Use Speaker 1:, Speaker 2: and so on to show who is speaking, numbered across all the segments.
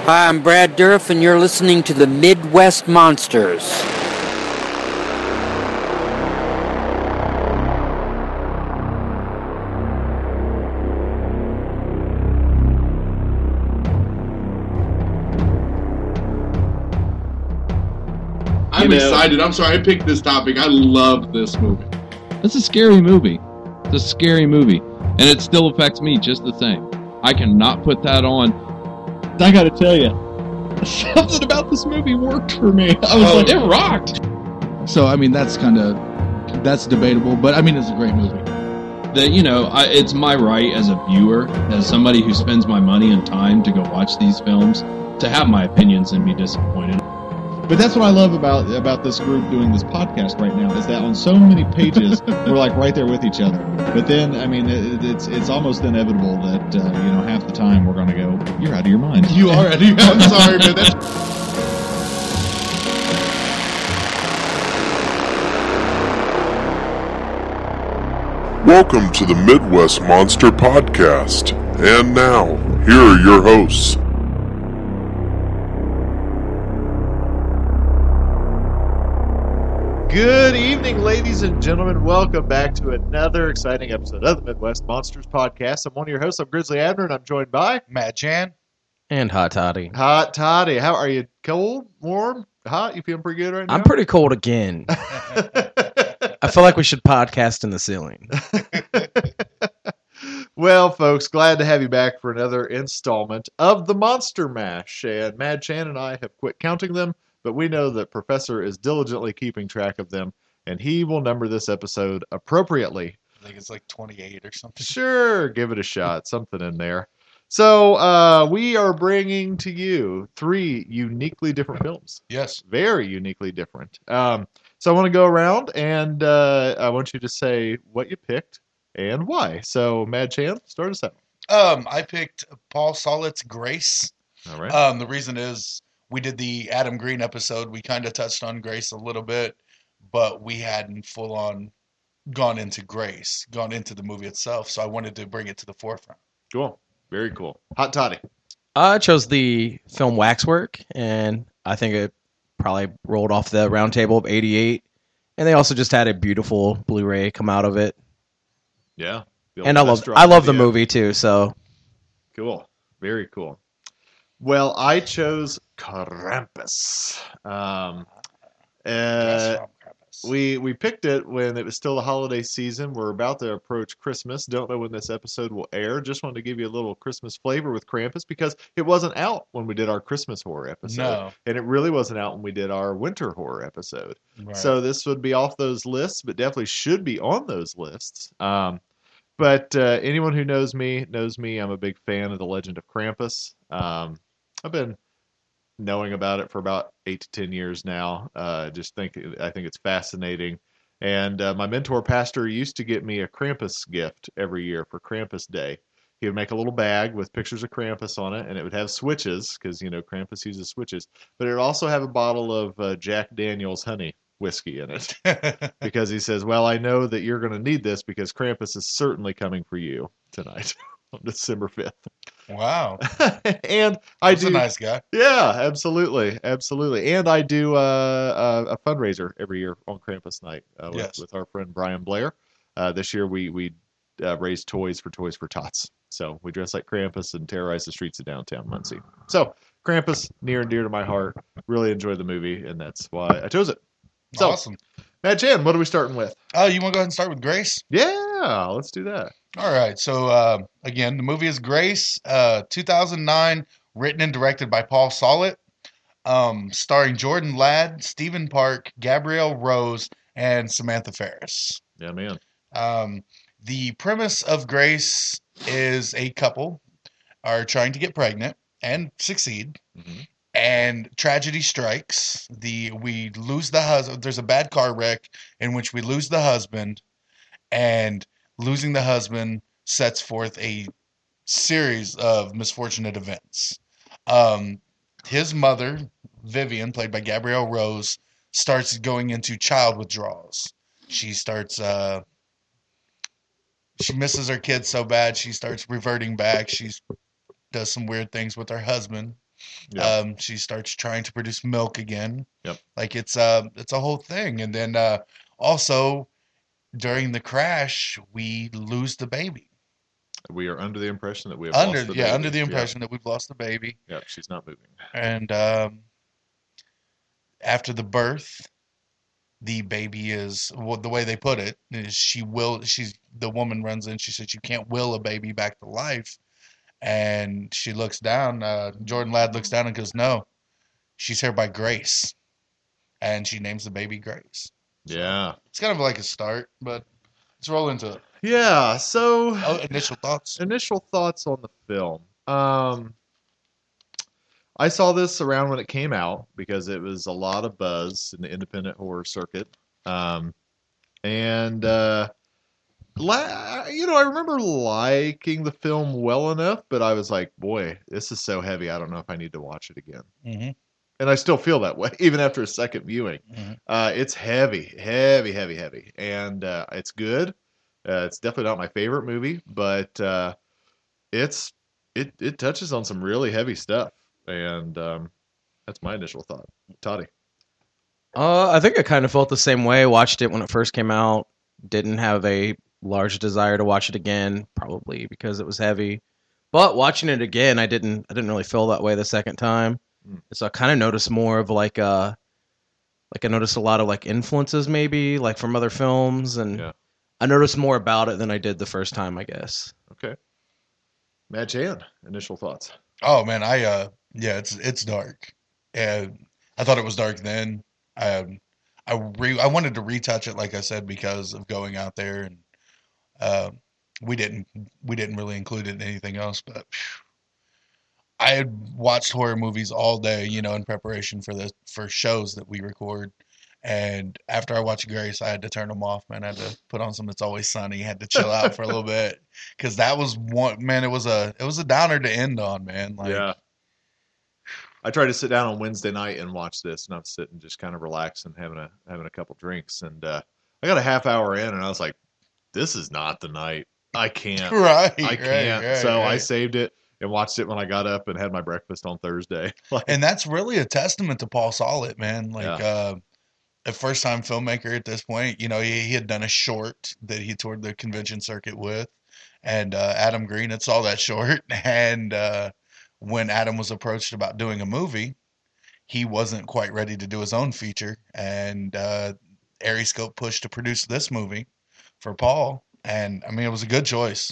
Speaker 1: Hi, I'm Brad Dourif, and you're listening to the Midwest Monsters.
Speaker 2: I'm
Speaker 3: You know-
Speaker 2: excited. I'm sorry I picked this topic. I love this movie.
Speaker 3: It's a scary movie. It's a scary movie. And it still affects me just the same. I cannot put that on. I gotta tell you, something about this movie worked for me. I was
Speaker 2: Oh,
Speaker 3: like,
Speaker 2: yeah.
Speaker 3: it rocked.
Speaker 4: So I mean, that's kind of that's debatable, but I mean, it's a great movie.
Speaker 3: That, you know, I, it's my right as a viewer, as somebody who spends my money and time to go watch these films, to have my opinions and be disappointed.
Speaker 5: But that's what I love about about this group doing this podcast right now is that on so many pages we're like right there with each other. But then I mean it, it- it's it's almost inevitable that uh, you know half the time we're going to go you're out of your mind.
Speaker 2: You are. I'm sorry, man. That's
Speaker 6: Welcome to the Midwest Monster Podcast. And now, here are your hosts.
Speaker 7: Good evening, ladies and gentlemen. Welcome back to another exciting episode of the Midwest Monsters Podcast. I'm one of your hosts. I'm Grizzly Abner, and I'm joined by
Speaker 8: Matt Chan.
Speaker 9: And hot toddy.
Speaker 7: Hot Toddy. How are you? Cold, warm, hot? You feeling pretty good right now?
Speaker 9: I'm pretty cold again. I feel like we should podcast in the ceiling.
Speaker 7: well, folks, glad to have you back for another installment of the Monster Mash. And Mad Chan and I have quit counting them, but we know that Professor is diligently keeping track of them, and he will number this episode appropriately.
Speaker 8: I think it's like 28 or something.
Speaker 7: Sure, give it a shot. Something in there. So, uh, we are bringing to you three uniquely different films.
Speaker 8: Yes.
Speaker 7: Very uniquely different. Um, so, I want to go around and uh, I want you to say what you picked and why. So, Mad Chan, start us out.
Speaker 8: Um, I picked Paul Solit's Grace.
Speaker 7: All right.
Speaker 8: Um, the reason is we did the Adam Green episode. We kind of touched on Grace a little bit, but we hadn't full on gone into Grace, gone into the movie itself. So I wanted to bring it to the forefront.
Speaker 7: cool. Very cool. Hot Toddy.
Speaker 9: I chose the film Waxwork, and I think it probably rolled off the round table of 88. And they also just had a beautiful Blu ray come out of it.
Speaker 7: Yeah.
Speaker 9: and I love I love the movie too, so
Speaker 7: Cool. Very cool. Well, I chose Krampus. Um, uh,
Speaker 8: Yes, Rob Krampus.
Speaker 7: We we picked it when it was still the holiday season. We're about to approach Christmas. Don't know when this episode will air. Just wanted to give you a little Christmas flavor with Krampus because it wasn't out when we did our Christmas horror episode.
Speaker 8: no.
Speaker 7: And it really wasn't out when we did our winter horror episode.
Speaker 8: Right.
Speaker 7: So this would be off those lists, but definitely should be on those lists. Um, but uh, anyone who knows me knows me. I'm a big fan of the Legend of Krampus. Um, I've been knowing about it for about eight to ten years now. Uh, just think I think it's fascinating. And uh, my mentor pastor used to get me a Krampus gift every year for Krampus Day. He would make a little bag with pictures of Krampus on it, and it would have switches because you know Krampus uses switches. But it would also have a bottle of uh, Jack Daniel's honey whiskey in it because he says, "Well, I know that you're going to need this because Krampus is certainly coming for you tonight on December 5th."
Speaker 8: wow.
Speaker 7: and I
Speaker 8: That's
Speaker 7: do
Speaker 8: a nice guy.
Speaker 7: yeah, absolutely, absolutely. And I do uh, uh, a fundraiser every year on Krampus night uh, with,
Speaker 8: Yes.
Speaker 7: with our friend Brian Blair. Uh, this year we we uh, raise toys for Toys for Tots. So we dress like Krampus and terrorize the streets of downtown Muncie. So Krampus, near and dear to my heart. Really enjoy the movie, and that's why I chose it. So-
Speaker 8: awesome.
Speaker 7: Matt Jan, what are we starting with?
Speaker 8: Oh, you want to go ahead and start with Grace?
Speaker 7: Yeah, let's do that.
Speaker 8: All right. So uh, again, the movie is Grace, uh, 2009, written and directed by Paul Sollit, um, starring Jordan Ladd, Stephen Park, Gabrielle Rose, and Samantha Ferris.
Speaker 7: Yeah, man.
Speaker 8: Um, the premise of Grace is a couple are trying to get pregnant and succeed,
Speaker 7: Mhm.
Speaker 8: and tragedy strikes. The we lose the husband. There's a bad car wreck in which we lose the husband, and losing the husband sets forth a series of misfortunate events. Um, his mother, Vivian, played by Gabrielle Rose, starts going into child withdrawals. She starts uh, she misses her kids so bad she starts reverting back she does some weird things with her husband
Speaker 7: Yeah.
Speaker 8: Um, she starts trying to produce milk again.
Speaker 7: Yep.
Speaker 8: Like it's a it's a whole thing, and then uh, also during the crash we lose the baby.
Speaker 7: We are under the impression that we have
Speaker 8: under
Speaker 7: lost the
Speaker 8: yeah,
Speaker 7: baby.
Speaker 8: under the impression that we've lost the baby,
Speaker 7: Yeah, Yep, she's not moving.
Speaker 8: and um, after the birth, the baby is well, the way they put it is she will she's the woman runs in. She says you can't will a baby back to life, and she looks down. Uh, Jordan Ladd looks down and goes, "No, she's here by grace," and she names the baby Grace.
Speaker 7: Yeah.
Speaker 8: It's kind of like a start, but let's roll into it.
Speaker 7: Yeah. So
Speaker 8: Oh, initial thoughts.
Speaker 7: initial thoughts on the film. Um, I saw this around when it came out because it was a lot of buzz in the independent horror circuit. Um, and uh, la- you know, I remember liking the film well enough, but I was like, "Boy, this is so heavy. I don't know if I need to watch it again."
Speaker 8: Mm-hmm.
Speaker 7: and I still feel that way even after a second viewing.
Speaker 8: Mhm.
Speaker 7: Uh, it's heavy, heavy, heavy, heavy, and uh, it's good. Uh, it's definitely not my favorite movie, but uh, it's it it touches on some really heavy stuff, and um, that's my initial thought. Toddy,
Speaker 9: Uh, I think I kind of felt the same way. Watched it when it first came out. Didn't have a large desire to watch it again, probably because it was heavy. But watching it again, I didn't. I didn't really feel that way the second time.
Speaker 7: Mm.
Speaker 9: So I kind of noticed more of like uh, like I noticed a lot of like influences maybe like from other films, and
Speaker 7: Yeah.
Speaker 9: I noticed more about it than I did the first time, I guess.
Speaker 7: Matt Chan, initial thoughts.
Speaker 8: Oh man, I uh yeah, it's it's dark. And I thought it was dark then. Um I re I wanted to retouch it like I said because of going out there and uh, we didn't we didn't really include it in anything else, but phew. I had watched horror movies all day, you know, in preparation for the for shows that we record. And after I watched Grace, I had to turn them off, man. I had to put on some It's Always Sunny, had to chill out for a little bit because that was one man. It was a it was a downer to end on, man. Like,
Speaker 7: yeah. I tried to sit down on Wednesday night and watch this, and I'm sitting just kind of relaxing, having a having a couple drinks, and uh, I got a half hour in, and I was like, "This is not the night. I can't.
Speaker 8: right.
Speaker 7: I
Speaker 8: right,
Speaker 7: can't.
Speaker 8: right,
Speaker 7: so I
Speaker 8: right.
Speaker 7: saved it and watched it when I got up and had my breakfast on Thursday. Like,
Speaker 8: and that's really a testament to Paul Solid, man. Like
Speaker 7: Yeah.
Speaker 8: uh, a first time filmmaker at this point, you know, he, he had done a short that he toured the convention circuit with, and uh, Adam Green had saw that short. And uh, when Adam was approached about doing a movie, he wasn't quite ready to do his own feature, and uh, Aeroscope pushed to produce this movie for Paul. And I mean, it was a good choice.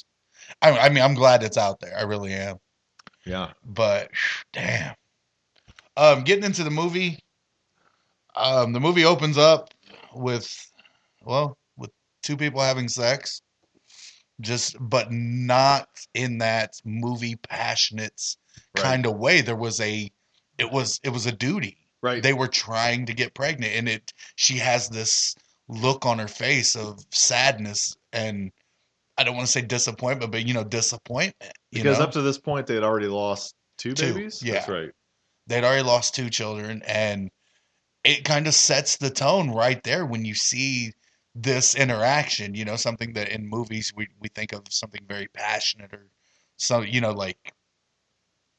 Speaker 8: I, I mean, I'm glad it's out there. I really am
Speaker 7: yeah,
Speaker 8: but damn. Um, getting into the movie, um, the movie opens up with, well, with two people having sex, just but not in that movie passionate
Speaker 7: Right.
Speaker 8: kind of way. There was a, it was it was a duty.
Speaker 7: right.
Speaker 8: They were trying to get pregnant, and it she has this look on her face of sadness and I don't want to say disappointment, but you know disappointment. You
Speaker 7: because
Speaker 8: know?
Speaker 7: up to this point, they had already lost two,
Speaker 8: Two,
Speaker 7: babies.
Speaker 8: yeah.
Speaker 7: That's right.
Speaker 8: they'd already lost two children and it kind of sets the tone right there when you see this interaction you know something that in movies we, we think of something very passionate or so you know like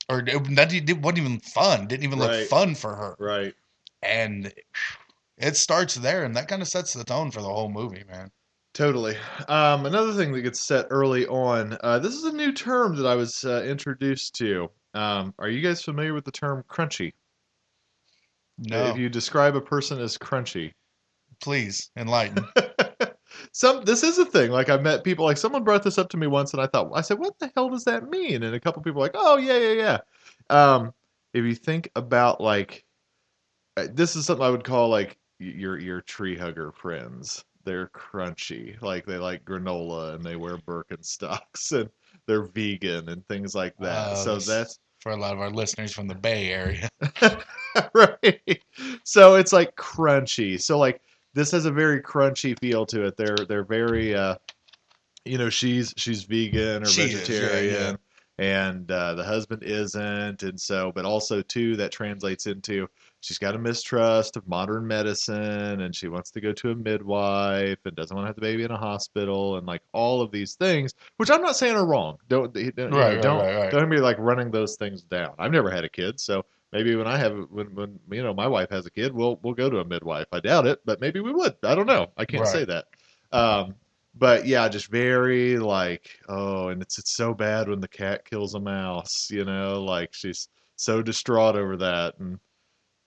Speaker 8: or it not- it wasn't even fun didn't even
Speaker 7: Right.
Speaker 8: look fun for her
Speaker 7: Right.
Speaker 8: and it starts there and that kind of sets the tone for the whole movie man
Speaker 7: Totally. Um, another thing that gets set early on. Uh, this is a new term that I was uh, introduced to. Um, are you guys familiar with the term crunchy?
Speaker 8: no
Speaker 7: If you describe a person as crunchy,
Speaker 8: please enlighten
Speaker 7: some this is a thing. Like I met people like someone brought this up to me once, and I thought I said, "What the hell does that mean?" And a couple people were like, "Oh yeah, yeah, yeah." Um, if you think about like, uh, this is something I would call like y- your your tree hugger friends. They're crunchy, like they like granola and they wear Birkenstocks and they're vegan and things like that.
Speaker 8: Oh,
Speaker 7: so
Speaker 8: this-
Speaker 7: that's
Speaker 8: for a lot of our listeners from the bay area
Speaker 7: right. So it's like crunchy. So like this has a very crunchy feel to it. They're they're very uh you know, she's she's vegan or
Speaker 8: She is, yeah,
Speaker 7: vegetarian. and uh, the husband isn't, and so but also too that translates into she's got a mistrust of modern medicine, and she wants to go to a midwife, and doesn't want to have the baby in a hospital, and like all of these things, which I'm not saying are wrong. Don't don't you know,
Speaker 8: Right, right,
Speaker 7: don't
Speaker 8: right, right.
Speaker 7: don't be like running those things down. I've never had a kid, so maybe when I have when when you know my wife has a kid, we'll we'll go to a midwife. I doubt it, but maybe we would. I don't know. I can't
Speaker 8: Right.
Speaker 7: say that. Um, but yeah, just very like oh, and it's it's so bad when the cat kills a mouse. You know, like she's so distraught over that, and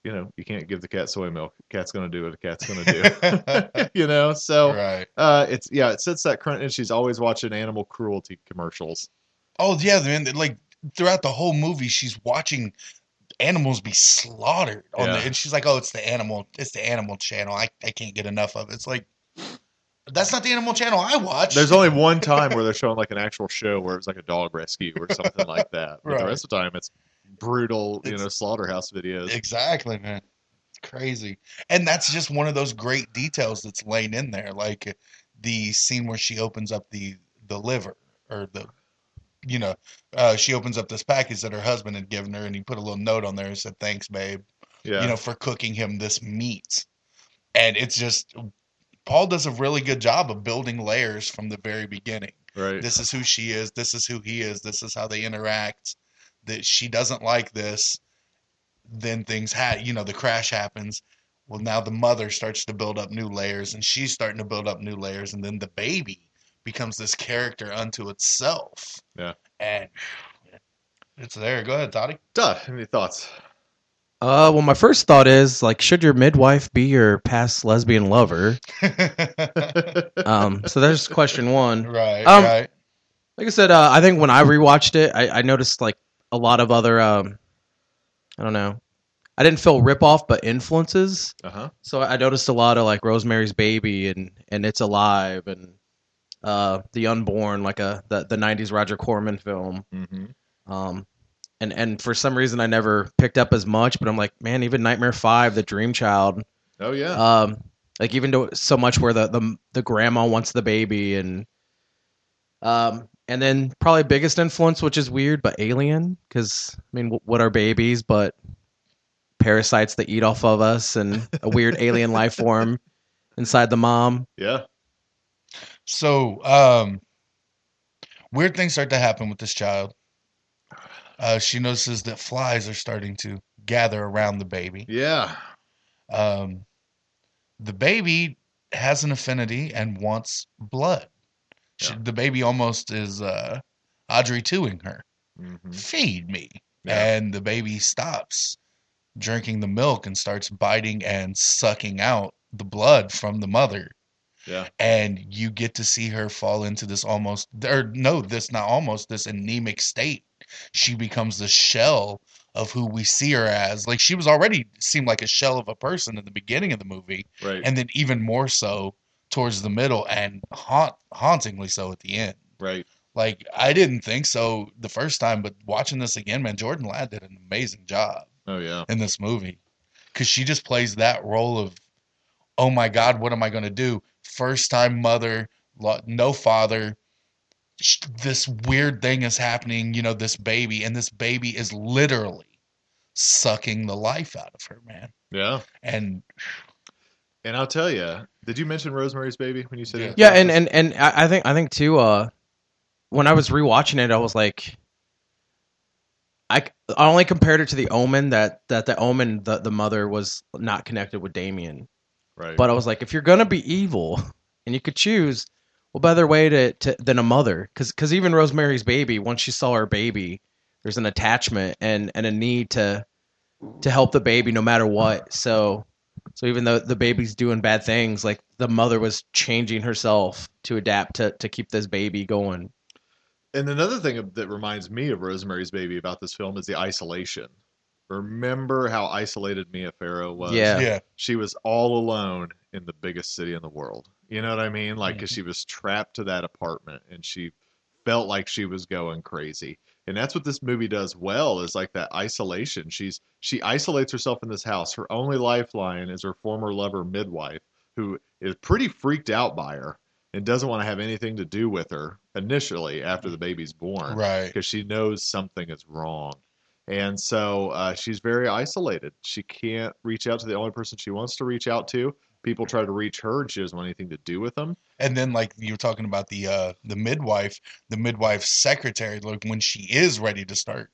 Speaker 7: you know you can't give the cat soy milk. Cat's gonna do what a cat's gonna do. you know, so.
Speaker 8: Right.
Speaker 7: Uh, it's yeah. It sets that current, and she's always watching animal cruelty commercials.
Speaker 8: Oh yeah, man. they- Like throughout the whole movie, she's watching animals be slaughtered on
Speaker 7: Yeah.
Speaker 8: the, and she's like, "Oh, it's the animal. It's the animal channel. I, I can't get enough of it." It's like that's not the animal channel I watch.
Speaker 7: There's only one time where they're showing like an actual show where it was like a dog rescue or something like that. But
Speaker 8: Right.
Speaker 7: the rest of the time, it's brutal, you
Speaker 8: It's-
Speaker 7: know, slaughterhouse videos.
Speaker 8: Exactly, man. It's crazy. And that's just one of those great details that's laid in there, like the scene where she opens up the the liver or the you know, uh, she opens up this package that her husband had given her, and he put a little note on there and said, "Thanks, babe,
Speaker 7: yeah,
Speaker 8: you know, for cooking him this meat." And it's just Paul does a really good job of building layers from the very beginning
Speaker 7: right.
Speaker 8: this is who she is this is who he is this is how they interact that she doesn't like this then things ha you know the crash happens well now the mother starts to build up new layers and she's starting to build up new layers and then the baby becomes this character unto itself
Speaker 7: Yeah.
Speaker 8: and it's there go ahead Toddy
Speaker 7: Duh. Any thoughts?
Speaker 9: Uh, well, my first thought is like, should your midwife be your past lesbian lover? Um, so that's question one.
Speaker 8: right
Speaker 9: Um,
Speaker 8: right
Speaker 9: Like I said, uh, I think when I rewatched it, I, I noticed like a lot of other, um, I don't know, I didn't feel rip off, but influences.
Speaker 7: Uh huh.
Speaker 9: So I noticed a lot of like Rosemary's Baby and and It's Alive and uh, The Unborn, like a the the '90s Roger Corman film.
Speaker 7: Mm-hmm.
Speaker 9: Um, and and for some reason I never picked up as much, but I'm like, man, even Nightmare Five, The Dream Child,
Speaker 7: Oh
Speaker 8: Uh,
Speaker 7: yeah.
Speaker 9: um, like even to so much where the, the the grandma wants the baby and um and then probably biggest influence which is weird but alien because i mean wh- what are babies but parasites that eat off of us and a weird alien life form inside the mom
Speaker 7: yeah.
Speaker 8: So, um, weird things start to happen with this child. Uh, she notices that flies are starting to gather around the baby.
Speaker 7: Yeah.
Speaker 8: Um, the baby has an affinity and wants blood. She,
Speaker 7: Yeah.
Speaker 8: the baby almost is uh, Audrey 2ing her.
Speaker 7: Mm-hmm.
Speaker 8: Feed me.
Speaker 7: Yeah.
Speaker 8: And the baby stops drinking the milk and starts biting and sucking out the blood from the mother
Speaker 7: Yeah.
Speaker 8: and you get to see her fall into this almost or no this not almost this anemic state she becomes the shell of who we see her as like she was already seemed like a shell of a person in the beginning of the movie
Speaker 7: Right.
Speaker 8: and then even more so towards the middle and haunt hauntingly so at the end
Speaker 7: right.
Speaker 8: like i didn't think so the first time but watching this again man jordan ladd did an amazing job
Speaker 7: Oh yeah.
Speaker 8: in this movie because she just plays that role of oh my god what am i going to do first time mother lo- no father Sh- this weird thing is happening you know this baby and this baby is literally sucking the life out of her man
Speaker 7: Yeah.
Speaker 8: and
Speaker 7: And I'll tell you. Did you mention Rosemary's Baby when you said
Speaker 8: Yeah.
Speaker 7: it?
Speaker 9: yeah and and and I, I think i think too uh when i was rewatching it i was like I, c- I only compared it to the omen that that the omen the, the mother was not connected with damien
Speaker 7: Right.
Speaker 9: But I was like, if you're gonna be evil and you could choose, what better way to, to than a mother? Because even Rosemary's Baby, once she saw her baby, there's an attachment and and a need to to help the baby no matter what. So so even though the baby's doing bad things, like the mother was changing herself to adapt to to keep this baby going.
Speaker 7: And another thing of- that reminds me of Rosemary's Baby about this film is the isolation. Remember how isolated Mia Farrow was?
Speaker 9: Yeah.
Speaker 8: yeah
Speaker 7: she was all alone in the biggest city in the world. You know what I mean? Like, 'cause she was trapped to that apartment and she felt like she was going crazy. And that's what this movie does well is like that isolation. She's she isolates herself in this house. Her only lifeline is her former lover midwife, who is pretty freaked out by her. and doesn't want to have anything to do with her initially after the baby's born
Speaker 8: Right.
Speaker 7: because she knows something is wrong. And so uh, she's very isolated. She can't reach out to the only person she wants to reach out to. People try to reach her, and she doesn't want anything to do with them.
Speaker 8: And then like you were talking about the uh the midwife, the midwife's secretary, like when she is ready to start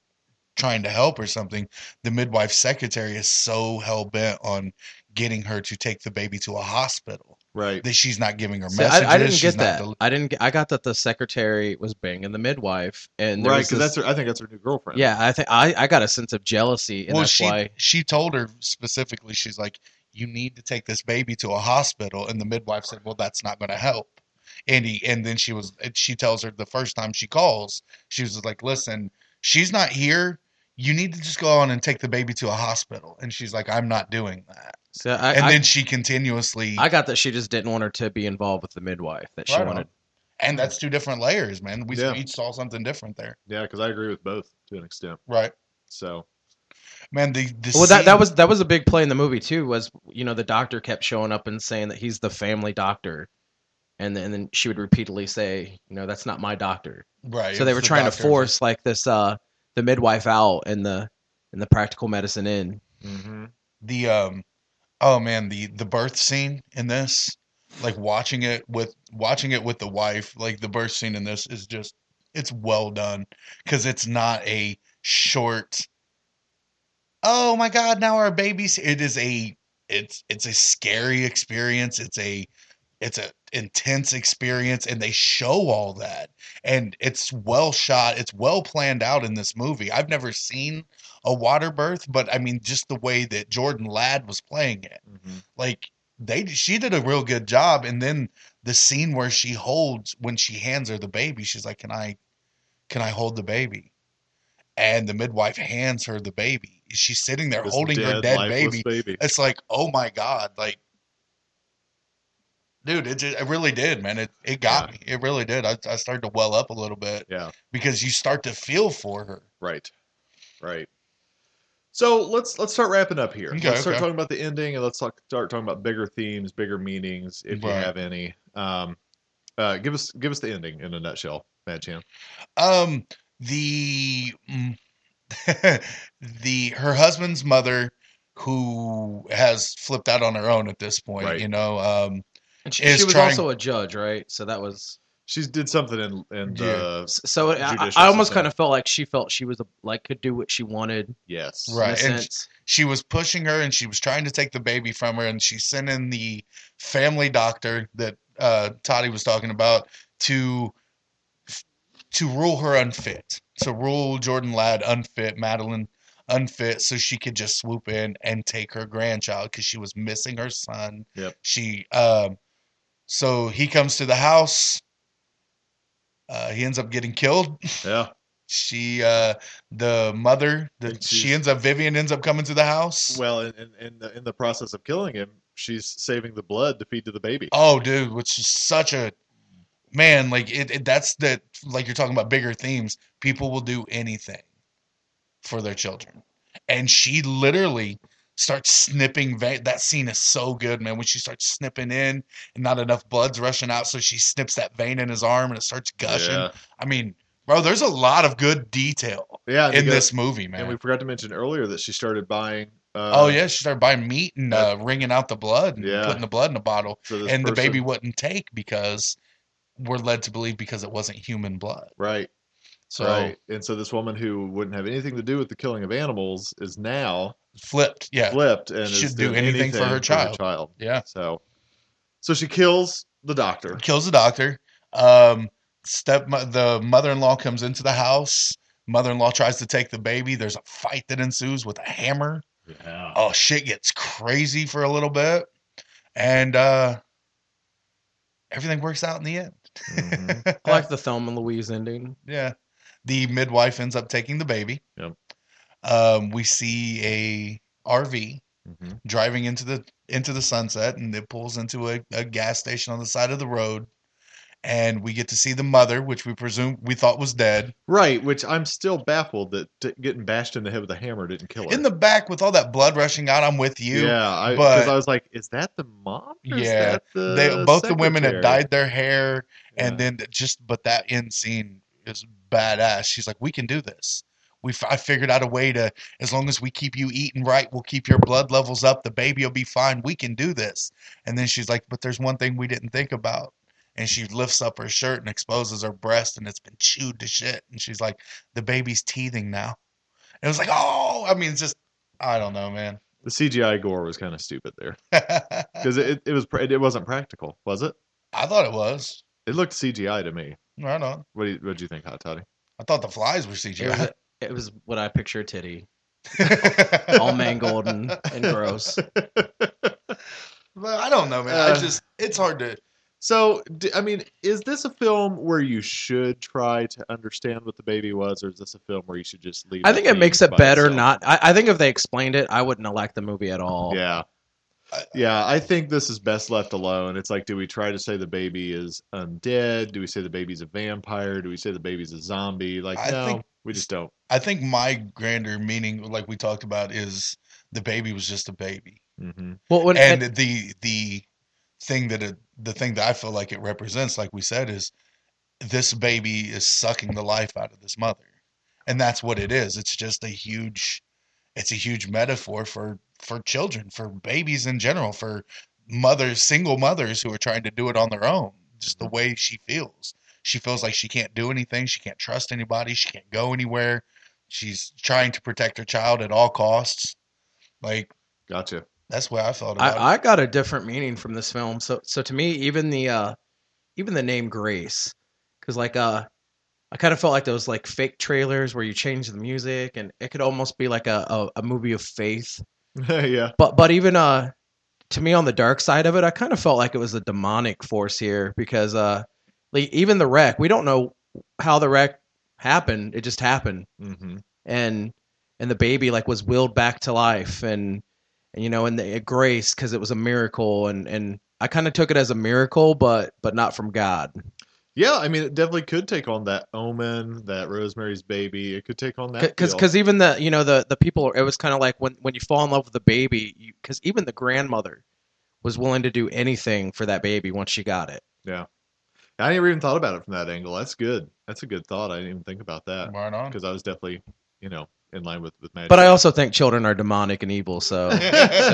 Speaker 8: trying to help or something, the midwife's secretary is so hell bent on getting her to take the baby to a hospital
Speaker 7: Right.
Speaker 8: that she's not giving her
Speaker 9: See,
Speaker 8: messages.
Speaker 9: I, I didn't
Speaker 8: she's
Speaker 9: get
Speaker 8: not
Speaker 9: that.
Speaker 8: deli-
Speaker 9: I didn't. Get, I got that the secretary was banging the midwife, and there
Speaker 7: Right.
Speaker 9: was
Speaker 7: Because
Speaker 9: this-
Speaker 7: that's her. I think that's her new girlfriend.
Speaker 9: Yeah, I think I, I got a sense of jealousy, and
Speaker 8: well,
Speaker 9: that's
Speaker 8: she
Speaker 9: why.
Speaker 8: she told her specifically, she's like, "You need to take this baby to a hospital," and the midwife said, "Well, that's not going to help." And he, and then she was, and she tells her the first time she calls, she was just like, "Listen, she's not here. You need to just go on and take the baby to a hospital." And she's like, "I'm not doing that."
Speaker 9: So I,
Speaker 8: And
Speaker 9: I,
Speaker 8: then she continuously,
Speaker 9: I got that she just didn't want her to be involved with the midwife. That she
Speaker 8: Right on.
Speaker 9: wanted.
Speaker 8: and that's two different layers, man. We
Speaker 7: Yeah.
Speaker 8: each saw something different there,
Speaker 7: Yeah. Because I agree with both to an extent.
Speaker 8: right?
Speaker 7: So
Speaker 8: Man, the, the
Speaker 9: Well, that, that
Speaker 8: scene-
Speaker 9: was that was a big play in the movie too. Was you know the doctor kept showing up and saying that he's the family doctor, and then, and then she would repeatedly say, you know, that's not my doctor.
Speaker 8: right.
Speaker 9: So
Speaker 8: it
Speaker 9: they
Speaker 8: was
Speaker 9: were
Speaker 8: the
Speaker 9: trying to
Speaker 8: doctor.
Speaker 9: force like this uh the midwife out and the and the practical medicine in.
Speaker 8: the um oh man the the birth scene in this like watching it with watching it with the wife like the birth scene in this is just it's well done because it's not a short oh my god now our baby's it is a it's it's a scary experience it's a it's a intense experience and they show all that and it's well shot it's well planned out in this movie i've never seen a water birth, but I mean, just the way that Jordan Ladd was playing it, like they she did a real good job. And then the scene where she holds when she hands her the baby, she's like, "Can I, can I hold the baby?" And the midwife hands her the baby. She's sitting there
Speaker 7: this
Speaker 8: holding her dead
Speaker 7: lifeless
Speaker 8: baby. It's like, oh my god, like. Dude, it, just, it really did, man. It it got me. It really did. I, I started to well up a little bit
Speaker 7: Yeah.
Speaker 8: because you start to feel for her.
Speaker 7: Right. Right. So let's let's start wrapping up here.
Speaker 8: Okay,
Speaker 7: let's start
Speaker 8: okay.
Speaker 7: talking about the ending, and let's talk, start talking about bigger themes, bigger meanings, if you
Speaker 8: Right.
Speaker 7: have any. Um, uh, give us give us the ending in a nutshell, Mad Chan.
Speaker 8: Um, the mm, the her husband's mother, who has flipped out on her own at this point,
Speaker 7: Right.
Speaker 8: you know. Um,
Speaker 9: And she,
Speaker 8: Is
Speaker 9: she was
Speaker 8: trying-
Speaker 9: also a judge, right? So that was
Speaker 7: She did something in in the
Speaker 9: S- So it- I,
Speaker 7: judicial
Speaker 9: I almost
Speaker 7: system.
Speaker 9: kind of felt like she felt she was a, like could do what she wanted.
Speaker 7: yes,
Speaker 9: in a
Speaker 8: Right, and-
Speaker 9: sense.
Speaker 8: she was pushing her, and she was trying to take the baby from her, and she sent in the family doctor that uh, Toddy was talking about to to rule her unfit, to rule Jordan Ladd unfit, Madeline unfit, so she could just swoop in and take her grandchild because she was missing her son.
Speaker 7: Yep.
Speaker 8: She, um, so he comes to the house. Uh, he ends up getting killed.
Speaker 7: yeah,
Speaker 8: She, uh, the mother, the,
Speaker 7: And
Speaker 8: she
Speaker 7: she's-
Speaker 8: ends up, Vivian ends up coming to the house.
Speaker 7: Well, in, in, in, the, in the process of killing him, she's saving the blood to feed to the baby.
Speaker 8: Oh, dude, which is such a man. Like it, it that's the like you're talking about bigger themes. People will do anything for their children, and she literally starts snipping vein. That scene is so good, man. When she starts snipping in, and not enough blood's rushing out, so she snips that vein in his arm, and it starts gushing.
Speaker 7: Yeah,
Speaker 8: I mean, bro, there's a lot of good detail
Speaker 7: yeah. and
Speaker 8: in
Speaker 7: we got-
Speaker 8: this movie, man.
Speaker 7: uh, and we forgot to mention earlier that she started buying. Uh,
Speaker 8: oh yeah, she started buying meat and
Speaker 7: yeah.
Speaker 8: uh, wringing out the blood and
Speaker 7: Yeah.
Speaker 8: putting the blood in a bottle
Speaker 7: so this
Speaker 8: and the baby
Speaker 7: person-
Speaker 8: wouldn't take because we're led to believe because it wasn't human blood.
Speaker 7: right.
Speaker 8: So
Speaker 7: right. And so this woman who wouldn't have anything to do with the killing of animals is now
Speaker 8: flipped, yeah,
Speaker 7: flipped and
Speaker 8: She'd
Speaker 7: is
Speaker 8: do
Speaker 7: doing
Speaker 8: anything for her child. yeah.
Speaker 7: So, so she kills the doctor.
Speaker 8: Kills the doctor. Um, step the mother-in-law comes into the house. Mother-in-law tries to take the baby. There's a fight that ensues with a hammer.
Speaker 7: Yeah.
Speaker 8: Oh shit gets crazy for a little bit, and uh, everything works out in the end. Mm-hmm.
Speaker 9: I like the Thelma and Louise ending.
Speaker 8: Yeah. The midwife ends up taking the baby.
Speaker 7: Yep.
Speaker 8: Um, we see a RV Mm-hmm. driving into the into the sunset and it pulls into a, a gas station on the side of the road and we get to see the mother, which we presume we thought was dead,
Speaker 7: Right, which I'm still baffled that t- getting bashed in the head with a hammer didn't kill her.
Speaker 8: in the back with all that blood rushing out. I'm with you.
Speaker 7: yeah, because
Speaker 8: but-
Speaker 7: I, was like, is that the mom? Or is
Speaker 8: Yeah,
Speaker 7: that the
Speaker 8: they both the women had
Speaker 7: secretary?
Speaker 8: dyed their hair and
Speaker 7: Yeah.
Speaker 8: then th- just but that end scene is badass she's like we can do this we f- I figured out a way to as long as we keep you eating right we'll keep your blood levels up the baby will be fine we can do this and then she's like but there's one thing we didn't think about and she lifts up her shirt and exposes her breast and it's been chewed to shit and she's like the baby's teething now and it was like oh i mean it's just i don't know man
Speaker 7: The CGI gore was kind of stupid there because it, it was pr- it wasn't practical, was it?
Speaker 8: i thought it was
Speaker 7: It looked CGI to me.
Speaker 8: right on
Speaker 7: What do you, what do you think, Hot Toddy?
Speaker 8: i thought the flies were
Speaker 9: It was,
Speaker 8: cgi
Speaker 9: it was what I picture a titty, all mangled and, and gross.
Speaker 8: Well, I don't know, man.
Speaker 7: Uh,
Speaker 8: I just it's hard to.
Speaker 7: So, d- I mean, is this a film where you should try to understand what the baby was, or is this a film where you should just leave?
Speaker 9: I think it
Speaker 7: be
Speaker 9: makes it
Speaker 7: by
Speaker 9: better.
Speaker 7: itself?
Speaker 9: Not. I, I think if they explained it, I wouldn't have liked the movie at all.
Speaker 7: Yeah.
Speaker 8: I-
Speaker 7: Yeah, I think this is best left alone. It's like, do we try to say the baby is undead? Do we say the baby's a vampire? Do we say the baby's a zombie? Like,
Speaker 8: I
Speaker 7: no,
Speaker 8: think-
Speaker 7: we just don't.
Speaker 8: I think my grander meaning, like we talked about, is the baby was just a baby,
Speaker 7: hmm
Speaker 9: Well, when,
Speaker 8: and the the thing that it, the thing that I feel like it represents, like we said, is this baby is sucking the life out of this mother, and that's what it is. It's just a huge, it's a huge metaphor for for children, for babies in general, for mothers, single mothers who are trying to do it on their own. Just
Speaker 9: Mm-hmm.
Speaker 8: the way she feels. She feels like she can't do anything. She can't trust anybody. She can't go anywhere. She's trying to protect her child at all costs. Like
Speaker 7: Gotcha.
Speaker 8: that's what I felt about it.
Speaker 9: I, I got a different meaning from this film. So so to me, even the uh even the name Grace, because like uh I kind of felt like those like fake trailers where you change the music and it could almost be like a, a, a movie of faith.
Speaker 7: yeah.
Speaker 9: But but even uh to me on the dark side of it, I kind of felt like it was a demonic force here because uh like even the wreck, we don't know how the wreck happened. It just happened
Speaker 7: hmm
Speaker 9: and and the baby like was willed back to life and, and you know and the grace because it was a miracle and and i kind of took it as a miracle but but not from god
Speaker 7: Yeah, I mean, it definitely could take on that omen, that Rosemary's Baby. It could take on that.
Speaker 9: because
Speaker 7: feel.
Speaker 9: because even the you know the the people it was kind of like when when you fall in love with the baby because even the grandmother was willing to do anything for that baby once she got it
Speaker 7: I never even thought about it from that angle. That's good. That's a good thought. I didn't even think about that
Speaker 8: Right on.
Speaker 7: because I was definitely, you know, in line with with magic.
Speaker 9: but i also think children are demonic and evil so so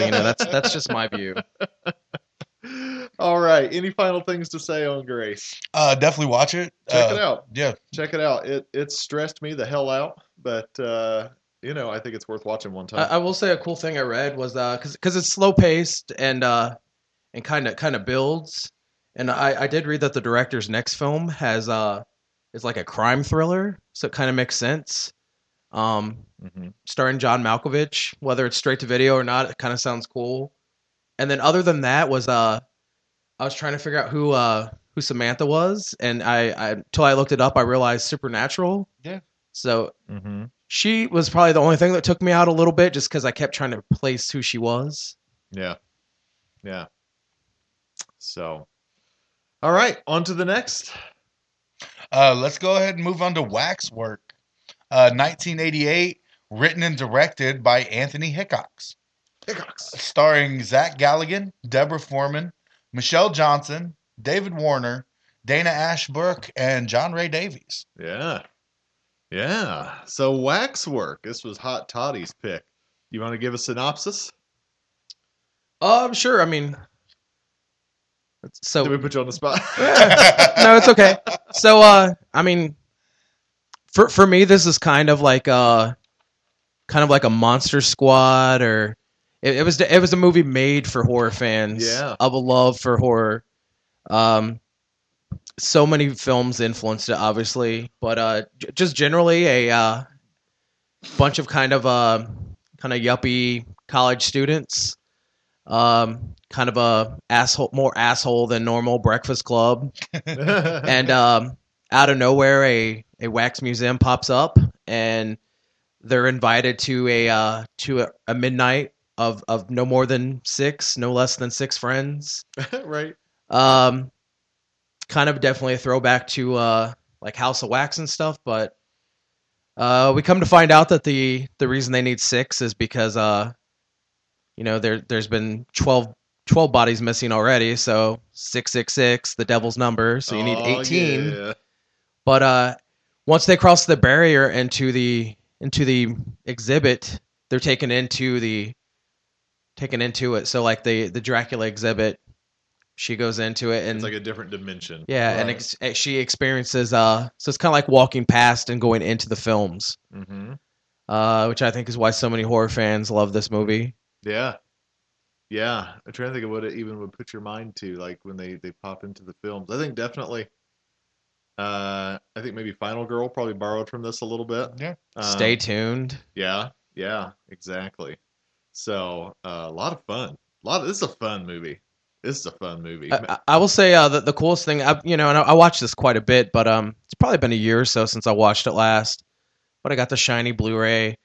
Speaker 9: you know that's that's just my view
Speaker 7: All right. Any final things to say on Grace?
Speaker 8: Uh, definitely watch it.
Speaker 7: Check
Speaker 8: Uh,
Speaker 7: it out.
Speaker 8: Yeah,
Speaker 7: Check it out. It it stressed me the hell out, but uh, you know, I think it's worth watching one time.
Speaker 9: I, I will say a cool thing I read was because because it's slow paced and uh, and kind of kind of builds. And I, I did read that the director's next film has uh is like a crime thriller, so it kind of makes sense. Um,
Speaker 7: Mhm.
Speaker 9: starring John Malkovich, whether it's straight to video or not, it kind of sounds cool. And then other than that was uh I was trying to figure out who uh who Samantha was, and I, I until I looked it up, I realized Supernatural.
Speaker 8: Yeah.
Speaker 9: So
Speaker 7: Mm-hmm.
Speaker 9: she was probably the only thing that took me out a little bit just because I kept trying to place who she was.
Speaker 7: Yeah. Yeah. So. All right, on to the next.
Speaker 8: Uh, let's go ahead and move on to Waxwork, uh, 1988, written and directed by Anthony Hickox. Hickox. Starring Zach Galligan, Deborah Foreman, Michelle Johnson, David Warner, Dana Ashbrook, and John Ray Davies.
Speaker 7: Yeah. Yeah. So waxwork. This was Hot Toddy's pick. You want to give a synopsis?
Speaker 9: Um, sure. I mean, so Oh.
Speaker 7: Did we put you on the spot?
Speaker 9: no, it's okay. So, uh, I mean, for for me, this is kind of like uh, kind of like a Monster Squad, or it, it was it was a movie made for horror fans.
Speaker 7: Yeah.
Speaker 9: of a love for horror. Um, so many films influenced it, obviously, but uh, j- just generally a uh, bunch of kind of uh, kind of yuppie college students. Um, kind of a asshole, more asshole than normal Breakfast Club and um, out of nowhere, a, a wax museum pops up, and they're invited to a uh, to a, a midnight of of no more than six, no less than six friends.
Speaker 7: right.
Speaker 9: Um, kind of definitely a throwback to uh, like House of Wax and stuff. But uh, we come to find out that the the reason they need six is because uh, you know there there's been 12, 12 bodies missing already. So six six six, the devil's number. So you need
Speaker 7: Oh,
Speaker 9: eighteen.
Speaker 7: yeah.
Speaker 9: But uh, once they cross the barrier into the into the exhibit, they're taken into the taken into it. So like the the Dracula exhibit, she goes into it and
Speaker 7: It's like a different dimension.
Speaker 9: yeah, and ex- eh, she experiences uh, so it's kind of like walking past and going into the films,
Speaker 7: hmm
Speaker 9: uh, which I think is why so many horror fans love this movie.
Speaker 7: Yeah. Yeah. I'm trying to think of what it even would put your mind to, like when they, they pop into the films. I think definitely uh I think maybe Final Girl probably borrowed from this a little bit.
Speaker 8: Yeah.
Speaker 7: Um,
Speaker 9: Stay tuned.
Speaker 7: Yeah, yeah, exactly. So uh, a lot of fun. A lot of this is a fun movie. This is a fun movie.
Speaker 9: I, I- I will say uh, that the coolest thing, I, you know, and I, I watched this quite a bit, but um, it's probably been a year or so since I watched it last. But I got the shiny Blu-ray.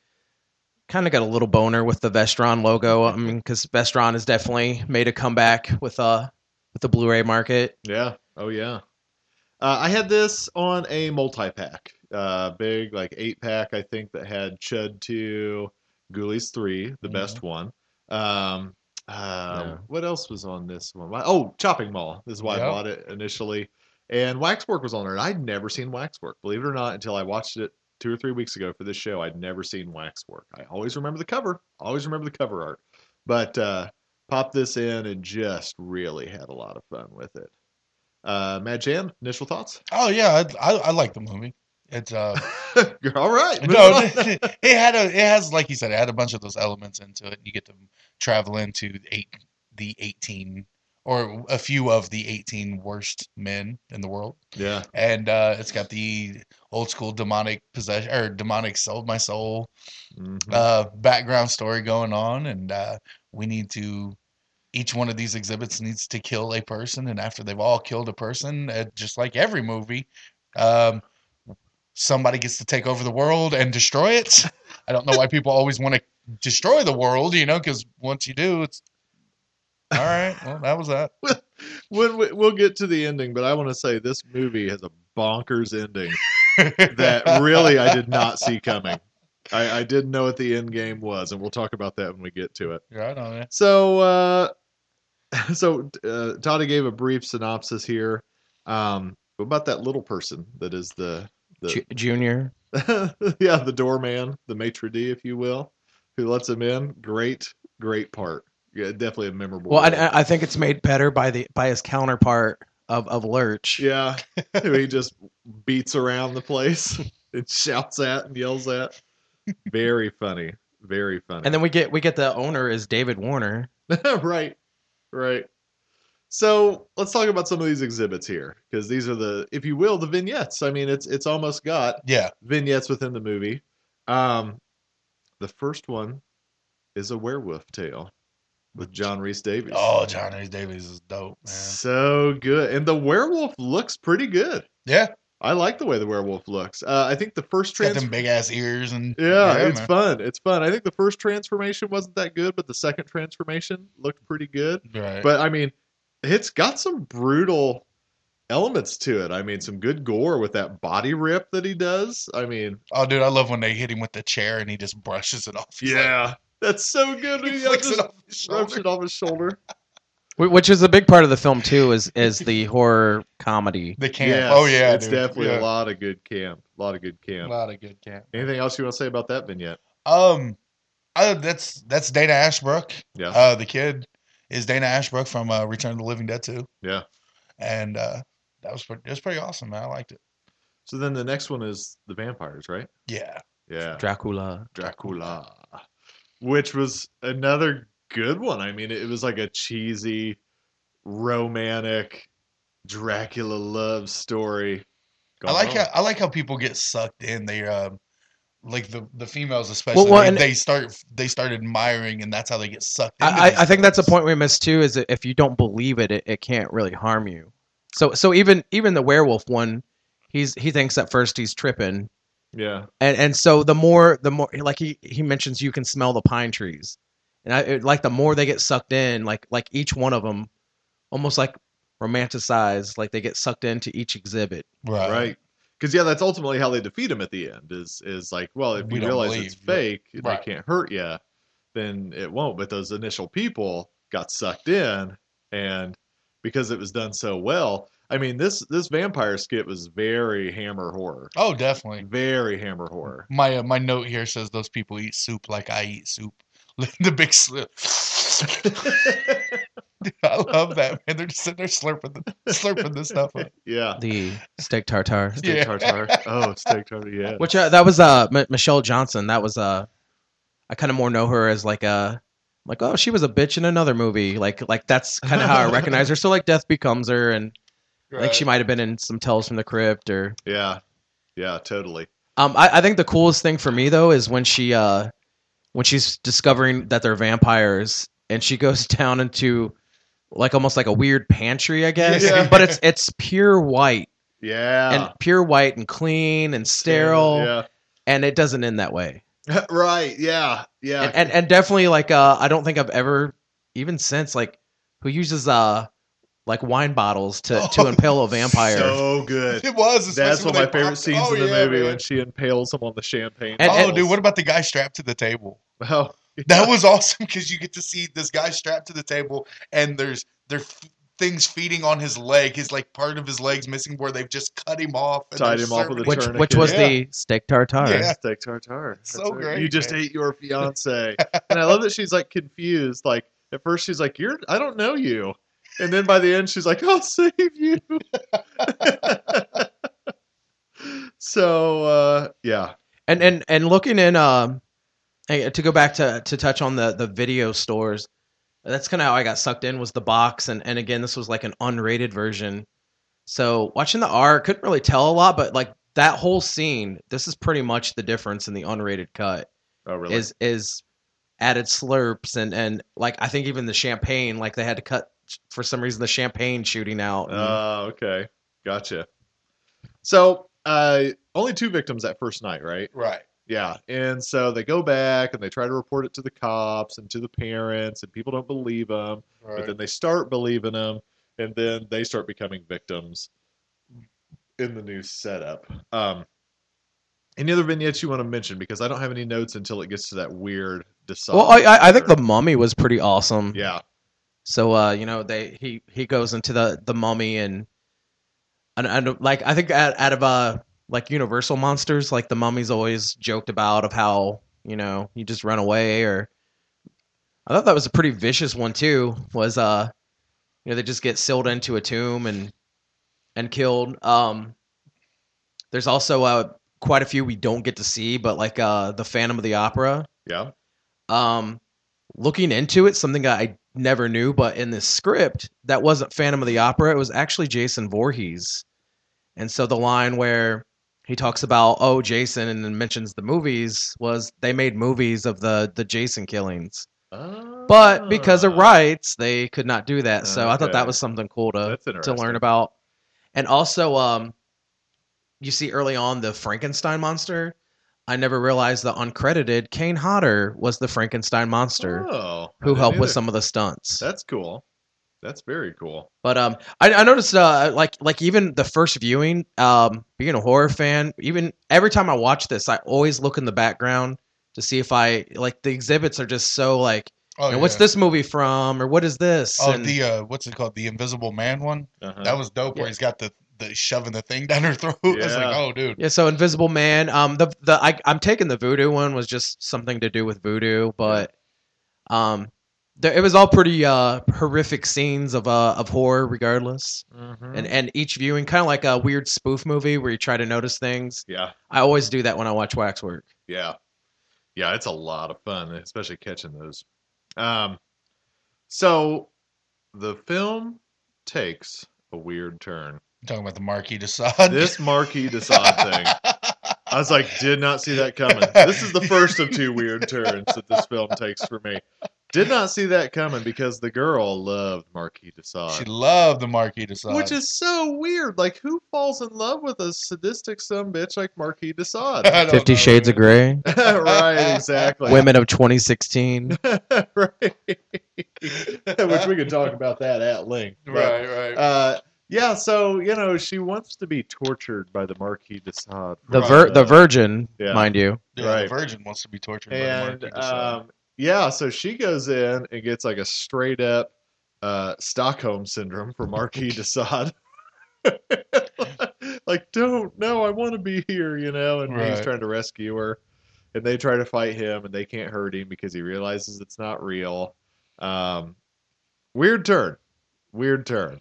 Speaker 9: Kind of got a little boner with the Vestron logo. I mean, because Vestron has definitely made a comeback with uh with the Blu-ray market.
Speaker 7: Yeah. Oh yeah. Uh, I had this on a multi pack, uh, big like eight pack. I think that had Chud two, Ghoulies three, the best one. Um, um, What else was on this one? Why- Oh, Chopping Mall. This is why I
Speaker 8: Yep.
Speaker 7: bought it initially. And Waxwork was on there, and I'd never seen Waxwork. Believe it or not, until I watched it two or three weeks ago for this show, I'd never seen Waxwork. I always remember the cover. Always remember the cover art. But uh, popped this in and just really had a lot of fun with it. Uh, Mad Jan, initial thoughts?
Speaker 8: Oh yeah, I, I, I like the movie. It's uh
Speaker 7: You're all right. moving
Speaker 8: no,
Speaker 7: on.
Speaker 8: it had a it has like you said, it had a bunch of those elements into it. You get to travel into the eight the eighteen or a few of the eighteen worst men in the world,
Speaker 7: yeah,
Speaker 8: and uh, it's got the old school demonic possession or demonic sold my soul
Speaker 7: Mhm.
Speaker 8: uh, background story going on, and uh, we need to. Each one of these exhibits needs to kill a person, and after they've all killed a person, uh, just like every movie, um, somebody gets to take over the world and destroy it. I don't know why people always want to destroy the world, you know, because once you do, it's all right. Well, that was that.
Speaker 7: when we, we'll get to the ending, but I want to say this movie has a bonkers ending that really I did not see coming. I, I didn't know what the end game was, and we'll talk about that when we get to it.
Speaker 8: Yeah, I know. Yeah.
Speaker 7: So, uh, so uh, Toddy gave a brief synopsis here. Um, what about that little person that is the the
Speaker 9: Ju- Junior.
Speaker 7: yeah, the doorman, the maitre d, if you will, who lets him in. Great, great part. Yeah, definitely a memorable.
Speaker 9: Well, I-
Speaker 7: role.
Speaker 9: I, I think it's made better by the by his counterpart of of Lurch.
Speaker 7: yeah, who he just beats around the place and shouts at and yells at. Very funny, very funny.
Speaker 9: And then we get we get the owner is David Warner.
Speaker 7: right, right. So let's talk about some of these exhibits here, because these are the, if you will, the vignettes. I mean, it's it's almost got
Speaker 8: yeah.
Speaker 7: vignettes within the movie. Um, the first one is a werewolf tale with John Reese Davies.
Speaker 8: Oh, John Reese Davies is dope, man.
Speaker 7: so good, and the werewolf looks pretty good.
Speaker 8: Yeah.
Speaker 7: I like the way the werewolf looks. Uh, I think the first
Speaker 8: Got
Speaker 7: trans-
Speaker 8: them big ass ears and
Speaker 7: yeah, it's
Speaker 8: man.
Speaker 7: fun. It's fun. I think the first transformation wasn't that good, but the second transformation looked pretty good.
Speaker 8: Right.
Speaker 7: But I mean, it's got some brutal elements to it. I mean, some good gore with that body rip that he does. I mean,
Speaker 8: Oh, dude, I love when they hit him with the chair and he just brushes it off. He's like-
Speaker 7: that's so good.
Speaker 8: he
Speaker 7: I
Speaker 8: flicks
Speaker 7: just-
Speaker 8: it off his
Speaker 7: Rubs
Speaker 8: shoulder.
Speaker 7: it off his shoulder.
Speaker 9: Wh- Which is a big part of the film too, is is the horror comedy.
Speaker 8: The camp.
Speaker 7: Yes,
Speaker 8: oh yeah,
Speaker 7: it's
Speaker 8: dude.
Speaker 7: definitely a
Speaker 8: Yeah.
Speaker 7: lot of good camp. A lot of good
Speaker 8: A
Speaker 7: camp.
Speaker 8: lot of good camp.
Speaker 7: Anything else you want to say about that vignette?
Speaker 8: Um, I, that's that's Dana Ashbrook.
Speaker 7: Yeah.
Speaker 8: Uh, the kid is Dana Ashbrook from uh, Return of the Living Dead too.
Speaker 7: Yeah.
Speaker 8: And uh, that was pretty, it was pretty awesome. Man. I liked it.
Speaker 7: So then the next one is the vampires, right?
Speaker 8: Yeah.
Speaker 7: Yeah,
Speaker 9: Dracula.
Speaker 7: Dracula, which was another good one. I mean, it was like a cheesy, romantic Dracula love story.
Speaker 8: I like
Speaker 7: gone wrong.
Speaker 8: how I like how people get sucked in. They um, like the the females especially.
Speaker 9: well,
Speaker 8: they,
Speaker 9: and-
Speaker 8: they start they start admiring, and that's how they get sucked. Into
Speaker 9: I, I,
Speaker 8: these
Speaker 9: I think that's a
Speaker 8: things.
Speaker 9: point we missed too. Is that if you don't believe it, it, it can't really harm you. So so even even the werewolf one, he's he thinks at first he's tripping,
Speaker 7: Yeah,
Speaker 9: and and so the more the more like he he mentions you can smell the pine trees, and I it, like the more they get sucked in, like like each one of them, almost like romanticized, like they get sucked into each exhibit.
Speaker 8: Right.
Speaker 7: right? Because yeah, that's ultimately how they defeat him at the end. Is is like, well, if
Speaker 8: We
Speaker 7: you
Speaker 8: don't
Speaker 7: realize
Speaker 8: believe,
Speaker 7: it's
Speaker 8: but-
Speaker 7: fake, and
Speaker 8: right.
Speaker 7: they can't hurt you, then it won't. But those initial people got sucked in, and because it was done so well, I mean, this this vampire skit was very hammer horror,
Speaker 8: Oh, definitely.
Speaker 7: very hammer horror.
Speaker 8: My uh, my note here says those people eat soup like I eat soup. the big slip. I love that man. They're just sitting there slurping, the, slurping this stuff up.
Speaker 7: yeah,
Speaker 9: The steak tartare,
Speaker 7: steak
Speaker 8: Yeah.
Speaker 7: tartare. Oh, steak tartare. Yeah,
Speaker 9: which uh, that was uh M- Michelle Johnson. That was uh, I kind of more know her as like a like oh she was a bitch in another movie. Like like that's kind of how I recognize her. So like Death Becomes Her, and like she might have been in some Tales from the Crypt or
Speaker 7: yeah, yeah, totally.
Speaker 9: Um, I, I think the coolest thing for me though is when she uh, when she's discovering that they're vampires and she goes down into like almost like a weird pantry, I guess.
Speaker 7: Yeah.
Speaker 9: But it's it's pure white
Speaker 7: Yeah,
Speaker 9: and pure white and clean and sterile,
Speaker 7: Yeah.
Speaker 9: and it doesn't end that way.
Speaker 7: right. Yeah. Yeah.
Speaker 9: And, and and definitely like uh, I don't think I've ever even since like who uses uh like wine bottles to to
Speaker 8: Oh,
Speaker 9: impale a vampire.
Speaker 7: So good.
Speaker 8: It was. especially
Speaker 7: That's one
Speaker 8: when
Speaker 7: of my
Speaker 8: they
Speaker 7: favorite
Speaker 8: popped-
Speaker 7: scenes
Speaker 8: oh,
Speaker 7: in the
Speaker 8: yeah,
Speaker 7: movie
Speaker 8: man.
Speaker 7: when she impales him on the champagne.
Speaker 9: And-
Speaker 8: oh,
Speaker 9: and-
Speaker 8: dude, what about the guy strapped to the table?
Speaker 7: Oh,
Speaker 8: That was awesome because you get to see this guy strapped to the table, and there's there f- things feeding on his leg. His like part of his legs missing where they've just cut him off. and
Speaker 7: Tied
Speaker 8: they're
Speaker 7: him off with a
Speaker 8: serving-
Speaker 9: which
Speaker 7: Tourniquet.
Speaker 9: which was
Speaker 8: Yeah.
Speaker 9: the steak tartare.
Speaker 8: Yeah.
Speaker 7: steak tartare.
Speaker 8: So
Speaker 7: That's right.
Speaker 8: great,
Speaker 7: You just
Speaker 8: man.
Speaker 7: ate your fiance, and I love that she's like confused. Like at first she's like, "You're, I don't know you," and then by the end she's like, "I'll save you." so uh, yeah,
Speaker 9: and and and looking in um hey, to go back to to touch on the the video stores that's kind of how i got sucked in was the box and and again this was like an unrated version so watching the r couldn't really tell a lot but like that whole scene this is pretty much the difference in the unrated cut
Speaker 7: oh really?
Speaker 9: is is added slurps and and like i think even the champagne like they had to cut for some reason the champagne shooting out and-
Speaker 7: Oh, okay, gotcha. So uh, only two victims that first night, right?
Speaker 8: Right.
Speaker 7: Yeah. And so they go back and they try to report it to the cops and to the parents, and people don't believe them. But then they start believing them, and then they start becoming victims in the new setup. Um, any other vignettes you want to mention? Because I don't have any notes until it gets to that weird decide.
Speaker 9: well I, I i think the mummy was pretty awesome
Speaker 7: Yeah.
Speaker 9: So uh, you know, they he he goes into the the mummy and and, and like I think out, out of uh like Universal monsters, like the mummy's always joked about of how you know you just run away or I thought that was a pretty vicious one too. Was uh you know they just get sealed into a tomb and and killed. Um, there's also uh quite a few we don't get to see, but like uh the Phantom of the Opera
Speaker 7: Yeah.
Speaker 9: um looking into it something i never knew but in the script that wasn't phantom of the opera it was actually jason voorhees and so the line where he talks about oh jason and then mentions the movies was they made movies of the the jason killings but because of
Speaker 7: Ah,
Speaker 9: rights they could not do that so i thought
Speaker 7: Okay.
Speaker 9: that was something cool to
Speaker 7: That's
Speaker 9: to learn
Speaker 7: interesting.
Speaker 9: about and also um you see early on the frankenstein monster i never realized the uncredited kane hodder was the frankenstein monster
Speaker 7: Oh, I
Speaker 9: who
Speaker 7: didn't
Speaker 9: helped with
Speaker 7: either.
Speaker 9: some of the stunts.
Speaker 7: That's cool. That's very cool.
Speaker 9: But um, I, I noticed uh, like like even the first viewing, um, being a horror fan, even every time I watch this, I always look in the background to see if I like the exhibits are just so like,
Speaker 8: Oh,
Speaker 9: "And what's
Speaker 8: yeah.
Speaker 9: this movie from or what is this?
Speaker 8: Oh,
Speaker 9: And-
Speaker 8: the uh, what's it called? The Invisible Man one.
Speaker 7: Uh-huh.
Speaker 8: That was dope. Where
Speaker 9: Yeah.
Speaker 8: he's got the the shoving the thing down her throat. I was like,
Speaker 7: Yeah.
Speaker 8: oh, dude.
Speaker 9: yeah, so Invisible Man. Um, the the I, I'm taking the voodoo one was just something to do with voodoo, but um, there, it was all pretty uh horrific scenes of uh of horror, regardless.
Speaker 7: Mm-hmm.
Speaker 9: and and each viewing kind of like a weird spoof movie where you try to notice things
Speaker 7: yeah.
Speaker 9: i always do that when i watch waxwork
Speaker 7: Yeah. Yeah, it's a lot of fun, especially catching those. Um so the film takes a weird turn.
Speaker 8: Talking about the Marquis de Sade.
Speaker 7: This Marquis de Sade thing. I was like, did not see that coming. This is the first of two weird turns that this film takes for me. Did not see that coming because the girl loved Marquis de Sade.
Speaker 8: She loved the Marquis de Sade.
Speaker 7: Which is so weird. Like, who falls in love with a sadistic some bitch like Marquis de Sade?
Speaker 8: I don't
Speaker 9: Fifty
Speaker 8: know,
Speaker 9: Shades of
Speaker 8: man.
Speaker 9: Grey,
Speaker 7: right, exactly.
Speaker 9: Women of 2016.
Speaker 7: right. Which we could talk about that at length. but,
Speaker 8: Right, right.
Speaker 7: Uh, yeah, so you know she wants to be tortured by the Marquis de Sade,
Speaker 9: The vir- the Virgin,
Speaker 7: Yeah.
Speaker 9: mind you.
Speaker 8: Yeah,
Speaker 7: right.
Speaker 8: The Virgin wants to be tortured by
Speaker 7: and
Speaker 8: the Marquis de Sade.
Speaker 7: um, yeah, so she goes in and gets like a straight up uh, Stockholm syndrome for Marquis de Sade. like, don't no, I want to be here, you know. And he's
Speaker 8: Right.
Speaker 7: trying to rescue her, and they try to fight him, and they can't hurt him because he realizes it's not real. Um, weird turn, weird turn.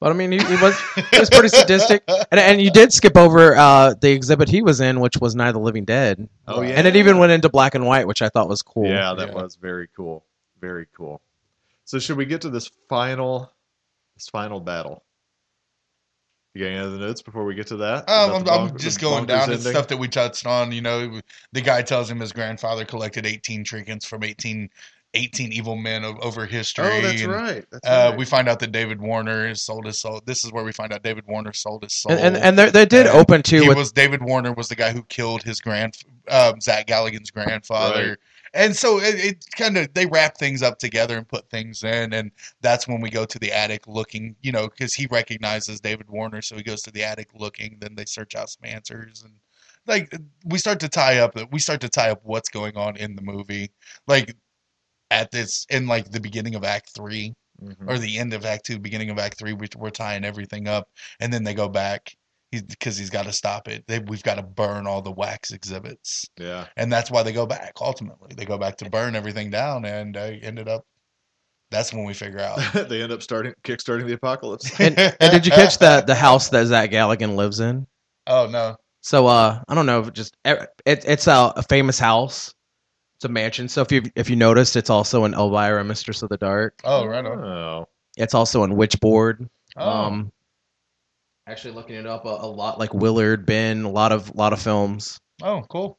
Speaker 9: But I mean, he, he was he was pretty sadistic, and and you did skip over uh, the exhibit he was in, which was Night of the Living Dead.
Speaker 7: Oh, yeah.
Speaker 9: and it even went into black and white, which I thought was cool.
Speaker 7: Yeah, that
Speaker 8: Yeah.
Speaker 7: was very cool, very cool. So, should we get to this final, this final battle? You got any other notes before we get to that?
Speaker 8: Um, I'm,
Speaker 7: About the
Speaker 8: I'm
Speaker 7: bonk-
Speaker 8: just
Speaker 7: the
Speaker 8: going
Speaker 7: bonkers
Speaker 8: down to
Speaker 7: ending?
Speaker 8: stuff that we touched on. You know, the guy tells him his grandfather collected 18 trinkets from 18, 18 evil men o- over history.
Speaker 7: Oh, that's
Speaker 8: and,
Speaker 7: right. That's
Speaker 8: Uh,
Speaker 7: right.
Speaker 8: we find out that David Warner has sold his soul. This is where we find out David Warner sold his soul.
Speaker 9: and and, and they, they did
Speaker 7: Oh,
Speaker 8: Yeah.
Speaker 9: open too
Speaker 8: he
Speaker 9: with
Speaker 8: was David Warner was the guy who killed his grand um, Zach Galligan's grandfather, and so it, it kind of they wrap things up together and put things in, and that's when we go to the attic looking, you know, because he recognizes David Warner, so he goes to the attic looking. Then they search out some answers, and like we start to tie up, we start to tie up what's going on in the movie, like at this in like the beginning of Act Three
Speaker 7: Mhm.
Speaker 8: or the end of Act Two, beginning of Act Three. We, we're tying everything up, and then they go back. He's because he's got to stop it. They, we've got to burn all the wax exhibits,
Speaker 7: Yeah.
Speaker 8: and that's why they go back. Ultimately, they go back to burn everything down, and they ended up. That's when we figure out.
Speaker 7: they end up starting kickstarting the apocalypse.
Speaker 9: And- and did you catch the the house that Zach Galligan lives in?
Speaker 8: Oh no!
Speaker 9: So uh, I don't know, just it, it's a, a famous house. It's a mansion. So if you if you noticed, it's also in Elvira, Mistress of the Dark.
Speaker 8: Oh right on.
Speaker 7: Oh.
Speaker 9: It's also in Witchboard.
Speaker 8: Oh.
Speaker 9: Um, actually looking it up a, a lot, like Willard, Ben, a lot of lot of films.
Speaker 8: oh cool.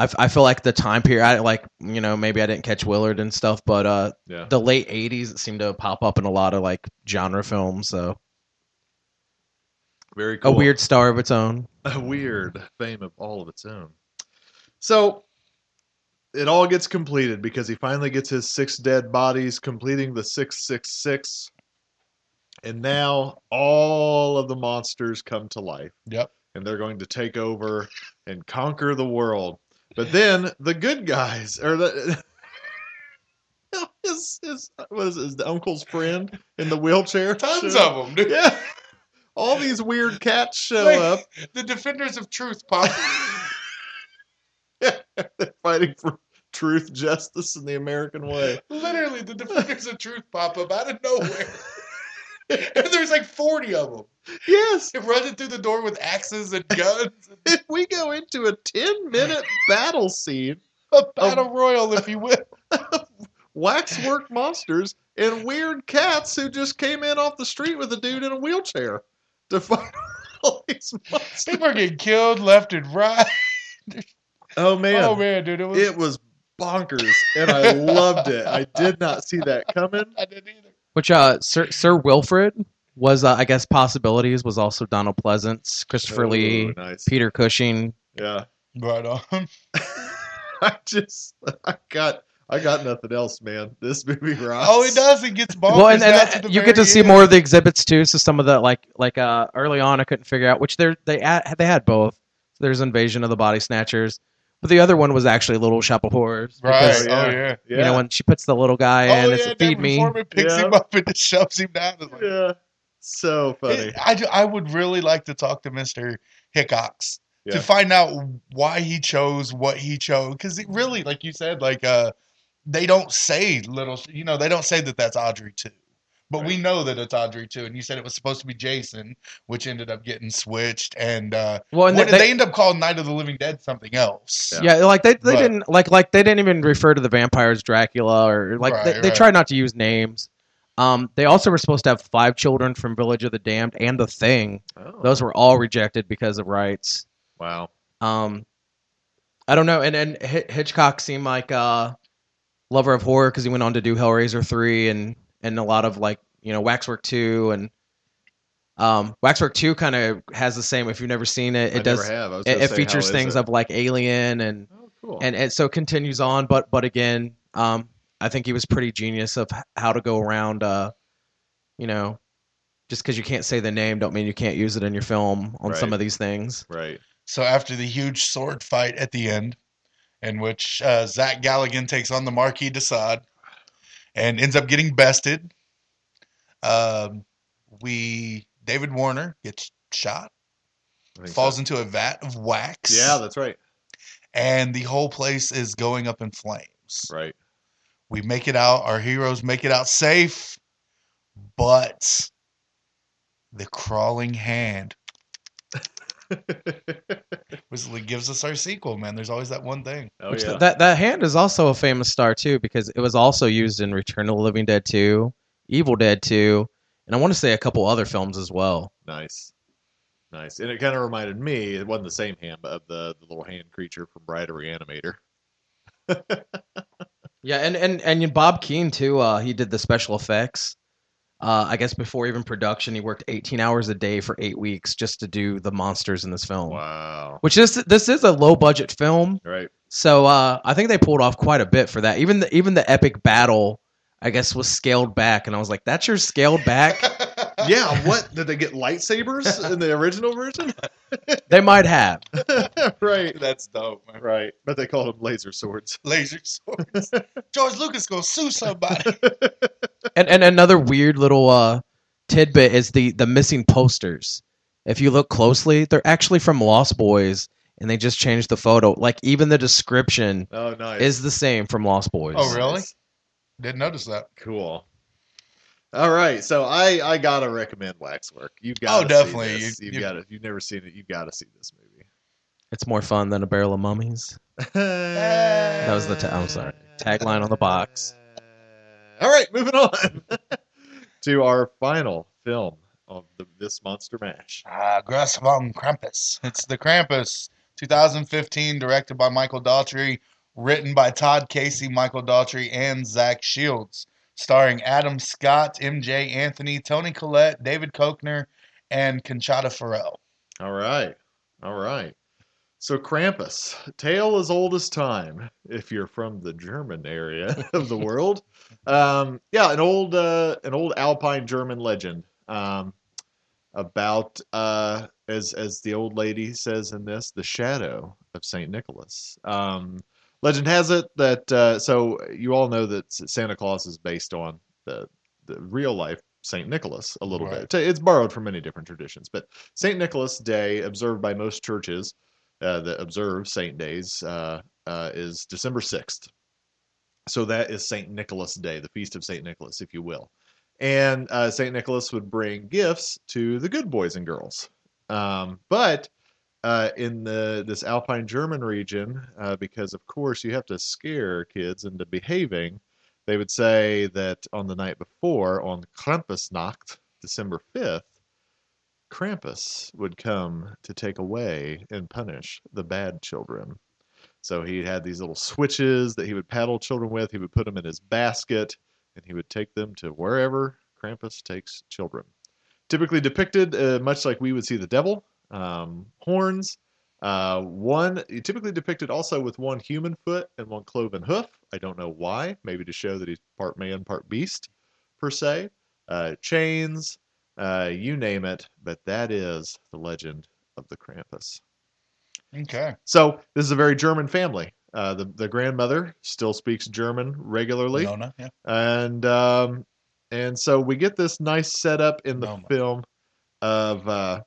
Speaker 9: I, f- I feel like the time period, I like you know maybe I didn't catch Willard and stuff, but uh,
Speaker 7: Yeah.
Speaker 9: the late '80s seemed to pop up in a lot of like genre films. So
Speaker 7: Very
Speaker 9: a
Speaker 7: cool.
Speaker 9: weird star of its own.
Speaker 7: a weird fame of all of its own. So it all gets completed because he finally gets his six dead bodies, completing the 666. And now all of the monsters come to life.
Speaker 8: Yep.
Speaker 7: And they're going to take over and conquer the world. But then the good guys or the. His, his, what is it, his uncle's friend in the wheelchair?
Speaker 8: Tons of them, dude.
Speaker 7: Yeah. All these weird cats show
Speaker 8: Like,
Speaker 7: up.
Speaker 8: The defenders of truth pop.
Speaker 7: They're fighting for truth, justice, and the American way.
Speaker 8: Literally, the defenders of truth pop up out of nowhere. and there's like 40 of them.
Speaker 7: Yes,
Speaker 8: They're running through the door with axes and guns.
Speaker 7: if we go into a 10 minute battle scene
Speaker 8: A battle
Speaker 7: Oh.
Speaker 8: royal, if you will.
Speaker 7: of waxwork monsters and weird cats who just came in off the street with a dude in a wheelchair to fight all these monsters.
Speaker 8: People are getting killed left and right.
Speaker 7: Oh, man.
Speaker 8: Oh man, dude, it was.
Speaker 7: It was bonkers, and I loved it. I did not see that coming.
Speaker 8: I didn't either.
Speaker 9: Which uh, Sir Sir Wilfred was, uh, I guess, possibilities was also Donald Pleasance, Christopher
Speaker 8: Oh,
Speaker 9: Lee,
Speaker 7: Ooh, nice.
Speaker 9: Peter Cushing.
Speaker 7: Yeah.
Speaker 8: Right on.
Speaker 7: I just, I got. I got nothing else, man. This movie rocks.
Speaker 8: Oh, it does. It gets bonkers.
Speaker 9: well, and, and
Speaker 8: down to
Speaker 9: that-
Speaker 8: the
Speaker 9: you get to
Speaker 8: very
Speaker 9: see
Speaker 8: end.
Speaker 9: more of the exhibits too. So some of the like like uh, early on, I couldn't figure out which they they had, they had both. So there's Invasion of the Body Snatchers, but the other one was actually Little Shop of Horrors.
Speaker 8: Right.
Speaker 9: because,
Speaker 8: oh
Speaker 7: Yeah.
Speaker 8: yeah.
Speaker 7: yeah.
Speaker 9: You know when she puts the little guy
Speaker 8: oh
Speaker 9: in,
Speaker 8: yeah.
Speaker 9: it's a feed
Speaker 8: David
Speaker 9: me.
Speaker 8: Foreman picks
Speaker 7: Yeah.
Speaker 8: him up and just shoves him down. It's like-
Speaker 7: yeah. So funny.
Speaker 8: It- I, do- I would really like to talk to Mr. Hickox
Speaker 7: Yeah.
Speaker 8: to find out why he chose what he chose. Because it really, like you said, like uh, they don't say little, sh- you know, they don't say that that's Audrey too. But we know that it's Audrey too. And you said it was supposed to be Jason, which ended up getting switched. And uh,
Speaker 9: Well, and
Speaker 8: what
Speaker 9: they-
Speaker 8: did they, end up calling Night of the Living Dead something else?
Speaker 9: Yeah, like they, they
Speaker 8: But-
Speaker 9: didn't like like they didn't even refer to the vampires Dracula or like
Speaker 8: Right,
Speaker 9: they, they
Speaker 8: right.
Speaker 9: tried not to use names. Um, they also were supposed to have five children from Village of the Damned and the Thing.
Speaker 7: Oh,
Speaker 9: Those were all rejected because of rights.
Speaker 7: wow.
Speaker 9: Um, I don't know. And and Hi- Hitchcock seemed like a lover of horror because he went on to do Hellraiser three and and a lot of like you know Waxwork two and um, Waxwork two kind of has the same. If you've never seen it, it
Speaker 7: I
Speaker 9: does.
Speaker 7: Never have. I was
Speaker 9: It,
Speaker 7: gonna
Speaker 9: it
Speaker 7: say,
Speaker 9: features
Speaker 7: how is
Speaker 9: things
Speaker 7: it?
Speaker 9: of like Alien and
Speaker 7: Oh, cool.
Speaker 9: and it so continues on but but again um i think he was pretty genius of h- how to go around uh you know just because you can't say the name don't mean you can't use it in your film on some
Speaker 7: Right.
Speaker 9: of these things
Speaker 7: right.
Speaker 8: So after the huge sword fight at the end, in which uh, Zach Galligan takes on the Marquis de Sade and ends up getting bested, um, we David Warner gets shot,
Speaker 7: I think
Speaker 8: falls
Speaker 7: so.
Speaker 8: into a vat of wax,
Speaker 7: Yeah, that's right.
Speaker 8: and the whole place is going up in flames.
Speaker 7: Right.
Speaker 8: We make it out. Our heroes make it out safe, but the crawling hand was gives us our sequel. Man, there's always that one thing.
Speaker 7: oh
Speaker 9: which
Speaker 7: yeah.
Speaker 9: th- that that hand is also a famous star too because it was also used in return of the living dead 2 evil dead 2 and i want to say a couple other films as well
Speaker 7: Nice. Nice. And it kind of reminded me, it wasn't the same hand, but of the, the little hand creature from Bride of Reanimator.
Speaker 9: yeah and and and bob keane too uh he did the special effects uh, I guess before even production, he worked 18 hours a day for eight weeks just to do the monsters in this film.
Speaker 7: Wow.
Speaker 9: which is this is a low budget film
Speaker 7: Right.
Speaker 9: so uh, i think they pulled off quite a bit for that even the even the epic battle i guess was scaled back and i was like that's your scaled back
Speaker 7: Yeah, what? Did they get lightsabers in the original version?
Speaker 9: they might have
Speaker 7: right.
Speaker 8: That's dope, man.
Speaker 7: Right. But they called them laser swords.
Speaker 8: Laser swords. George Lucas gonna sue somebody.
Speaker 9: and and another weird little uh tidbit is the the missing posters if you look closely they're actually from lost boys and they just changed the photo like even the description
Speaker 7: Oh, nice.
Speaker 9: is the same from lost boys
Speaker 8: Oh, really? Didn't notice that.
Speaker 7: Cool. All right, so I I gotta recommend Waxwork. You got
Speaker 8: Oh, definitely.
Speaker 7: This.
Speaker 8: You-
Speaker 7: You've
Speaker 8: you-
Speaker 7: got to You've never seen it. You've got to see this movie.
Speaker 9: it's more fun than a barrel of mummies
Speaker 7: that
Speaker 9: was the ta- I'm sorry. Tagline on the box.
Speaker 7: All right, moving on to our final film of the, this monster mash.
Speaker 8: Ah, Grass von Krampus. It's the Krampus, 2015, directed by Michael Daughtry, written by Todd Casey, Michael Daughtry, and Zach Shields, starring Adam Scott, MJ Anthony, Tony Collette, David Kochner, and Conchata Farrell.
Speaker 7: All right, all right. So Krampus, tale as old as time. If you're from the German area of the world, um, yeah, an old uh, an old Alpine German legend um, about uh, as as the old lady says in this, the shadow of Saint Nicholas. Um, legend has it that uh, so you all know that S- Santa Claus is based on the the real life Saint Nicholas a little
Speaker 8: Right.
Speaker 7: bit. It's borrowed from many different traditions, but Saint Nicholas Day, observed by most churches uh, that observe Saint days, uh, uh, is December sixth. So that is Saint Nicholas Day, the feast of Saint Nicholas, if you will. And uh, Saint Nicholas would bring gifts to the good boys and girls. Um, but uh, in the this Alpine German region, uh, because of course you have to scare kids into behaving, they would say that on the night before, on Krampusnacht, December fifth, Krampus would come to take away and punish the bad children. So he had these little switches that he would paddle children with. He would put them in his basket and he would take them to wherever Krampus takes children. Typically depicted, uh, much like we would see the devil, um, horns. Uh, one typically depicted also with one human foot and one cloven hoof. I don't know why. Maybe to show that he's part man, part beast, per se. Uh, chains, uh, you name it. But that is the legend of the Krampus.
Speaker 8: Okay.
Speaker 7: So this is a very German family. Uh, the the grandmother still speaks German regularly,
Speaker 8: Nona, yeah.
Speaker 7: and um, and so we get this nice setup in the
Speaker 8: Noma.
Speaker 7: film of uh,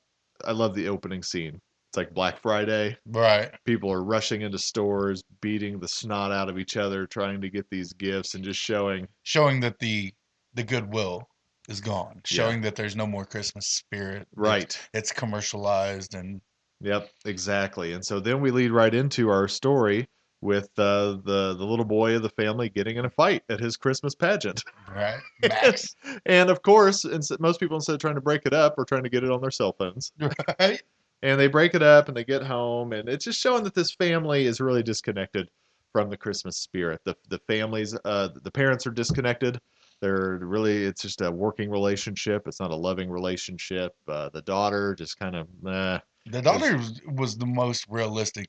Speaker 7: I love the opening scene. It's like Black Friday.
Speaker 8: Right.
Speaker 7: People are rushing into stores, beating the snot out of each other, trying to get these gifts, and just showing
Speaker 8: Showing that the the goodwill is gone. Showing that there's no more Christmas spirit.
Speaker 7: right.
Speaker 8: It's, it's commercialized and
Speaker 7: Yep, exactly. And so then we lead right into our story with uh, the the little boy of the family getting in a fight at his Christmas pageant.
Speaker 8: right. Max.
Speaker 7: and of course, ins- most people instead of trying to break it up are trying to get it on their cell phones.
Speaker 8: right.
Speaker 7: and they break it up and they get home and it's just showing that this family is really disconnected from the christmas spirit the, the families uh, the parents are disconnected they're really it's just a working relationship it's not a loving relationship uh, the daughter just kind of eh.
Speaker 8: The daughter was- was the most realistic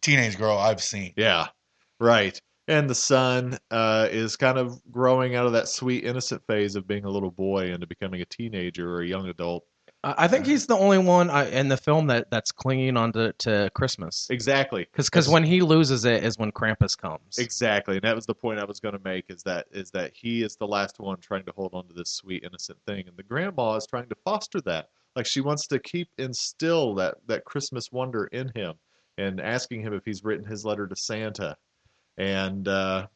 Speaker 8: teenage girl I've seen.
Speaker 7: yeah right and the son uh, is kind of growing out of that sweet innocent phase of being a little boy into becoming a teenager or a young adult
Speaker 9: I I think he's the only one I, in the film that that's clinging on to, to Christmas.
Speaker 7: exactly
Speaker 9: Because when he loses it is when Krampus comes.
Speaker 7: Exactly, and that was the point I was going to make: is that is that he is the last one trying to hold on to this sweet innocent thing, and the grandma is trying to foster that. Like she wants to keep instill that that Christmas wonder in him, and asking him if he's written his letter to Santa, and uh,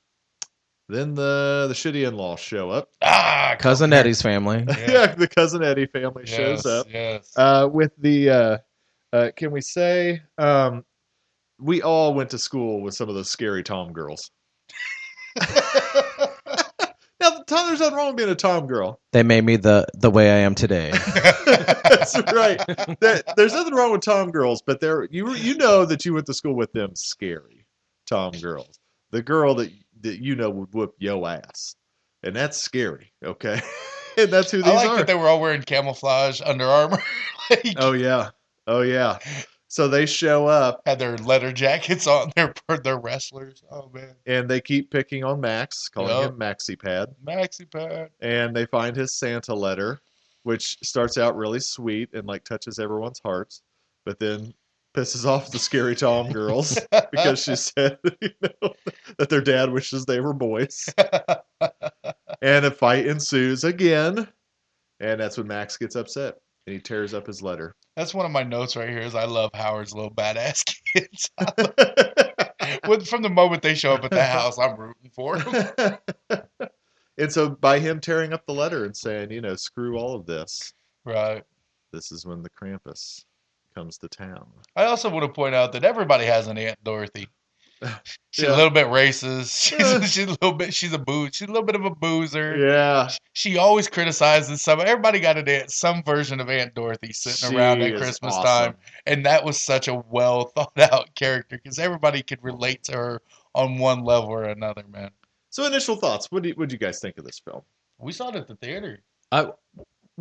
Speaker 7: then the the shitty in laws show up.
Speaker 8: Ah,
Speaker 9: Cousin
Speaker 8: come here.
Speaker 9: Eddie's family.
Speaker 8: Yeah.
Speaker 7: yeah, the cousin Eddie family shows
Speaker 8: Yes,
Speaker 7: up
Speaker 8: Yes.
Speaker 7: uh, with the uh, uh, can we say um, we all went to school with some of those scary tom girls now the tom, there's nothing wrong with being a tom girl
Speaker 9: They made me the the way I am today.
Speaker 7: that's right There- there's nothing wrong with tom girls but there you you know that you went to school with them scary tom girls the girl that that you know would whoop yo ass and that's scary okay and that's who these
Speaker 8: I like
Speaker 7: are
Speaker 8: that they were all wearing camouflage Under Armour. like,
Speaker 7: oh yeah oh yeah so they show up
Speaker 8: Had their leather jackets on. Their their wrestlers. Oh man,
Speaker 7: and they keep picking on Max, calling
Speaker 8: Yep.
Speaker 7: him Maxi Pad,
Speaker 8: maxi pad.
Speaker 7: and they find his Santa letter, which starts out really sweet and like touches everyone's hearts, but then pisses off the scary Tom girls because she said you know, that their dad wishes they were boys, and a fight ensues again, and that's when Max gets upset and he tears up his letter.
Speaker 8: That's one of my notes right here. Is I love Howard's little badass kids. When- From the moment they show up at the house, I'm rooting for them.
Speaker 7: and so by him tearing up the letter and saying, you know, screw all of this.
Speaker 8: Right.
Speaker 7: This is when the Krampus comes to town.
Speaker 8: I also want to point out that everybody has an Aunt Dorothy. She's
Speaker 7: Yeah.
Speaker 8: a little bit racist. She's,
Speaker 7: Yeah.
Speaker 8: she's a little bit. She's a boo. She's a little bit of a boozer.
Speaker 7: Yeah,
Speaker 8: She always criticizes some. Everybody got an aunt, some version of Aunt Dorothy sitting around
Speaker 7: she
Speaker 8: at
Speaker 7: is
Speaker 8: Christmas
Speaker 7: awesome.
Speaker 8: time, and that was such a well thought out character because everybody could relate to her on one level or another. Man,
Speaker 7: So initial thoughts. What do you, what do you guys think of this film?
Speaker 8: we saw it at the theater.
Speaker 9: Well,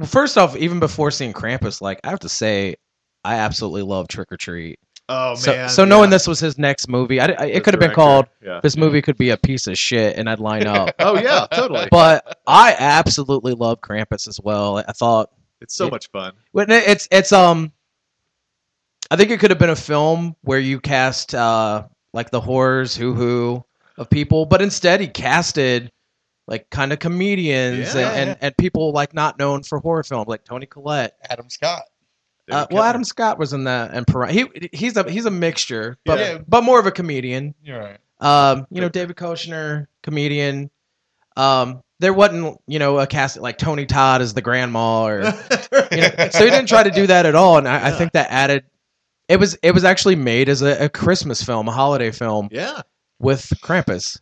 Speaker 9: first off, even before seeing Krampus, like I have to say, I absolutely love Trick or Treat.
Speaker 7: Oh
Speaker 9: so, so knowing this was his next movie, I, I- it could have been called
Speaker 7: Yeah.
Speaker 9: "This movie could be a piece of shit," and I'd line up.
Speaker 7: Oh yeah, totally.
Speaker 9: but I absolutely love Krampus as well. I thought
Speaker 7: It's so
Speaker 9: it-
Speaker 7: much fun.
Speaker 9: well, no, it's it's um. I think it could have been a film where you cast uh like the horrors, hoo hoo of people, but instead he casted like kind of comedians
Speaker 7: Yeah,
Speaker 9: and,
Speaker 8: yeah.
Speaker 9: and and people like not known for horror film, like Tony Collette.
Speaker 8: Adam Scott.
Speaker 9: Uh,
Speaker 7: David
Speaker 9: well,
Speaker 7: Koeppner.
Speaker 9: Adam Scott was in that, and Pariah. He he's a he's a mixture, but
Speaker 8: Yeah.
Speaker 9: but more of a comedian.
Speaker 8: You're right.
Speaker 9: Um, you know, David Koshner, comedian. Um, there wasn't you know a cast like Tony Todd as the grandma or you know, so he didn't try to do that at all, and I, I
Speaker 7: Yeah.
Speaker 9: think that added. It was it was actually made as a, a Christmas film, a holiday film
Speaker 7: Yeah,
Speaker 9: with Krampus.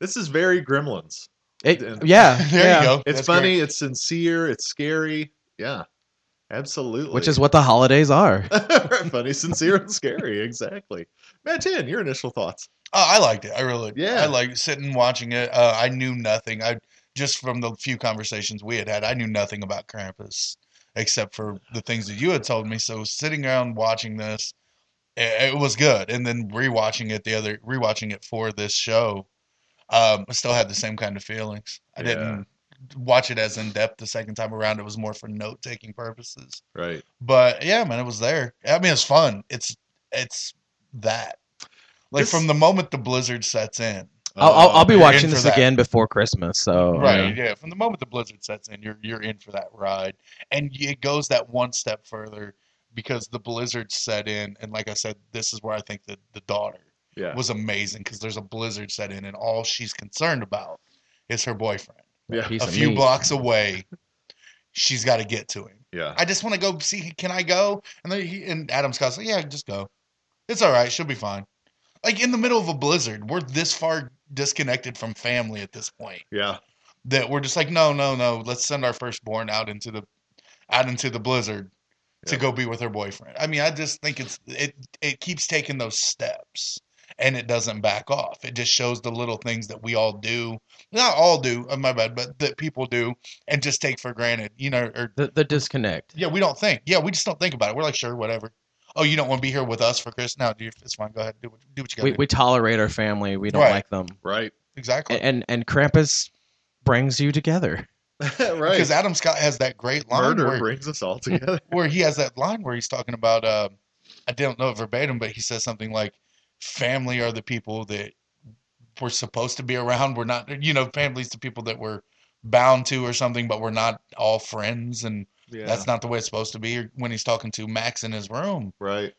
Speaker 7: this is very Gremlins.
Speaker 9: It,
Speaker 7: And-
Speaker 9: yeah,
Speaker 8: There
Speaker 9: yeah,
Speaker 8: you go.
Speaker 7: It's
Speaker 8: That's
Speaker 7: funny.
Speaker 8: great.
Speaker 7: It's sincere. It's scary. Yeah, absolutely.
Speaker 9: which is what the holidays are.
Speaker 7: funny, sincere, and scary. Exactly. Matt Tin, your initial thoughts.
Speaker 8: Oh, I liked it. I really
Speaker 7: Yeah.
Speaker 8: I liked sitting and watching it. Uh, I knew nothing. I just from the few conversations we had had, I knew nothing about Krampus except for the things that you had told me. So sitting around watching this, it, it was good. And then rewatching it the other rewatching it for this show, um, I still had the same kind of feelings. I
Speaker 7: Yeah.
Speaker 8: didn't watch it as in depth the second time around. It was more for note taking purposes.
Speaker 7: Right.
Speaker 8: But yeah, man, it was there. I mean, it's fun. It's it's that. Like
Speaker 7: This-
Speaker 8: from the moment the blizzard sets in,
Speaker 9: I'll, I'll, I'll be
Speaker 8: you're
Speaker 9: watching
Speaker 8: in for
Speaker 9: this
Speaker 8: Oh, that.
Speaker 9: again before Christmas.
Speaker 7: Oh,
Speaker 9: So um,
Speaker 8: right? Yeah, from the moment the blizzard sets in, you're you're in for that ride, and it goes that one step further because the blizzard set in, and like I said, this is where I think that the daughter
Speaker 7: Yeah.
Speaker 8: was amazing because there's a blizzard set in, and all she's concerned about is her boyfriend.
Speaker 7: Yeah.
Speaker 9: Piece
Speaker 8: A
Speaker 9: of
Speaker 8: few
Speaker 9: meat.
Speaker 8: blocks away, she's got to get to him.
Speaker 7: Yeah.
Speaker 8: I just want to go see. Can I go? And then he and Adam Scott's like, yeah, just go. It's all right. She'll be fine. Like in the middle of a blizzard, we're this far disconnected from family at this point
Speaker 7: Yeah.
Speaker 8: that we're just like, no, no, no. Let's send our firstborn out into the out into the blizzard to go be with her boyfriend. I mean, I just think it's it it keeps taking those steps and it doesn't back off. It just shows the little things that we all do, not all do, uh, my bad, but that people do and just take for granted. You know, or
Speaker 9: The, the disconnect.
Speaker 8: yeah, we don't think. Yeah, we just don't think about it. We're like, sure, whatever. Oh, you don't want to be here with us for Chris? No, dude, it's fine. Go ahead, do what, do what you got.
Speaker 9: We, we tolerate our family. We don't
Speaker 8: Right.
Speaker 9: like them.
Speaker 7: Right.
Speaker 8: exactly.
Speaker 9: And and Krampus brings you together.
Speaker 7: right.
Speaker 8: Because Adam Scott has that great line
Speaker 7: Murder
Speaker 8: where,
Speaker 7: brings us all together.
Speaker 8: where he has that line where he's talking about uh, I don't know it verbatim, but he says something like, "Family are the people that we're supposed to be around. We're not, you know, family's the people that we're bound to or something, but we're not all friends, and
Speaker 7: Yeah.
Speaker 8: that's not the way it's supposed to be." Or When he's talking to Max in his room,
Speaker 7: right.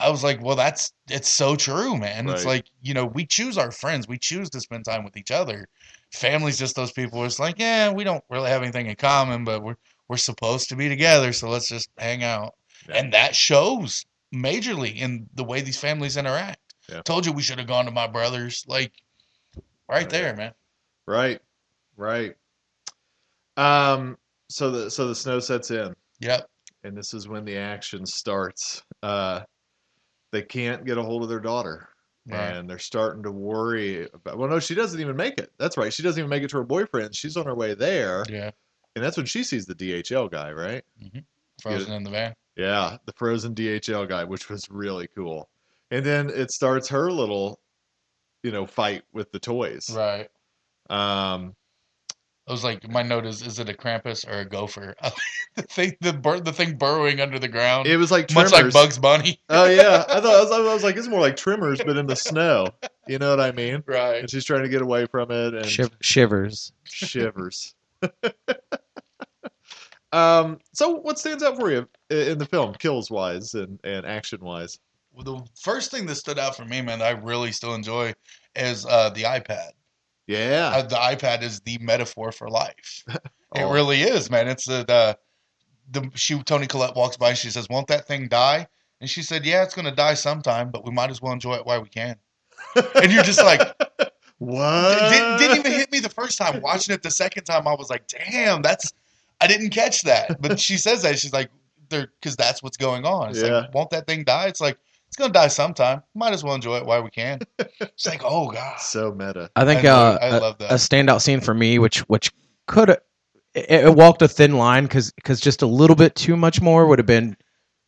Speaker 8: I was like, "Well, that's it's so true, man. It's
Speaker 7: Right.
Speaker 8: like you know, we choose our friends, we choose to spend time with each other. Family's just those people. It's like, yeah, we don't really have anything in common, but we're we're supposed to be together, so let's just hang out."
Speaker 7: Yeah.
Speaker 8: And that shows majorly in the way these families interact.
Speaker 7: Yeah.
Speaker 8: Told you we should have gone to my brother's, like right
Speaker 7: Oh, Yeah.
Speaker 8: there, man.
Speaker 7: Right. Right. Um. So the so the snow sets in.
Speaker 8: Yep.
Speaker 7: and this is when the action starts. Uh, they can't get a hold of their daughter,
Speaker 8: Right.
Speaker 7: and they're starting to worry about. Well, no, she doesn't even make it. That's right, she doesn't even make it to her boyfriend. She's on her way there,
Speaker 8: Yeah.
Speaker 7: and that's when she sees the DHL guy, right?
Speaker 8: Frozen in the van.
Speaker 7: Yeah, the frozen DHL guy, which was really cool. And then it starts her little, you know, fight with the toys.
Speaker 8: Right.
Speaker 7: Um,
Speaker 8: I was like, my note is, is it a Krampus or a gopher? the thing, the, bur- the thing burrowing under the ground,
Speaker 7: it was like
Speaker 8: much like
Speaker 7: Tremors.
Speaker 8: Bugs Bunny.
Speaker 7: Oh yeah, I thought I was, I was like, it's more like Tremors, but in the snow. You know what I mean?
Speaker 8: Right.
Speaker 7: and she's trying to get away from it and
Speaker 9: Shiv- shivers.
Speaker 7: shivers. um, so what stands out for you i- in the film, kills wise and, and action wise?
Speaker 8: Well, the first thing that stood out for me, man, that I really still enjoy is uh, the iPad.
Speaker 7: Yeah,
Speaker 8: Uh, the iPad is the metaphor for life.
Speaker 7: Oh.
Speaker 8: It really is, man. It's the, the the she Tony Collette walks by and she says, "Won't that thing die?" And she said, "Yeah, it's going to die sometime, but we might as well enjoy it while we can." And you're just like,
Speaker 7: what?
Speaker 8: It didn't,
Speaker 7: Uh.
Speaker 8: didn't even hit me the first time. Watching it the second time, I was like, "Damn, that's." I didn't catch that, but she says that she's like, "They're because that's what's going on." It's
Speaker 7: Yeah.
Speaker 8: like, won't that thing die? It's like it's gonna die sometime. Might as well enjoy it while we can. It's like, oh god,
Speaker 7: so meta.
Speaker 9: I think
Speaker 8: I
Speaker 9: uh,
Speaker 8: love- I
Speaker 9: a-
Speaker 8: love
Speaker 9: a,
Speaker 8: that.
Speaker 9: standout scene for me, which which could it, it walked a thin line because just a little bit too much more would have been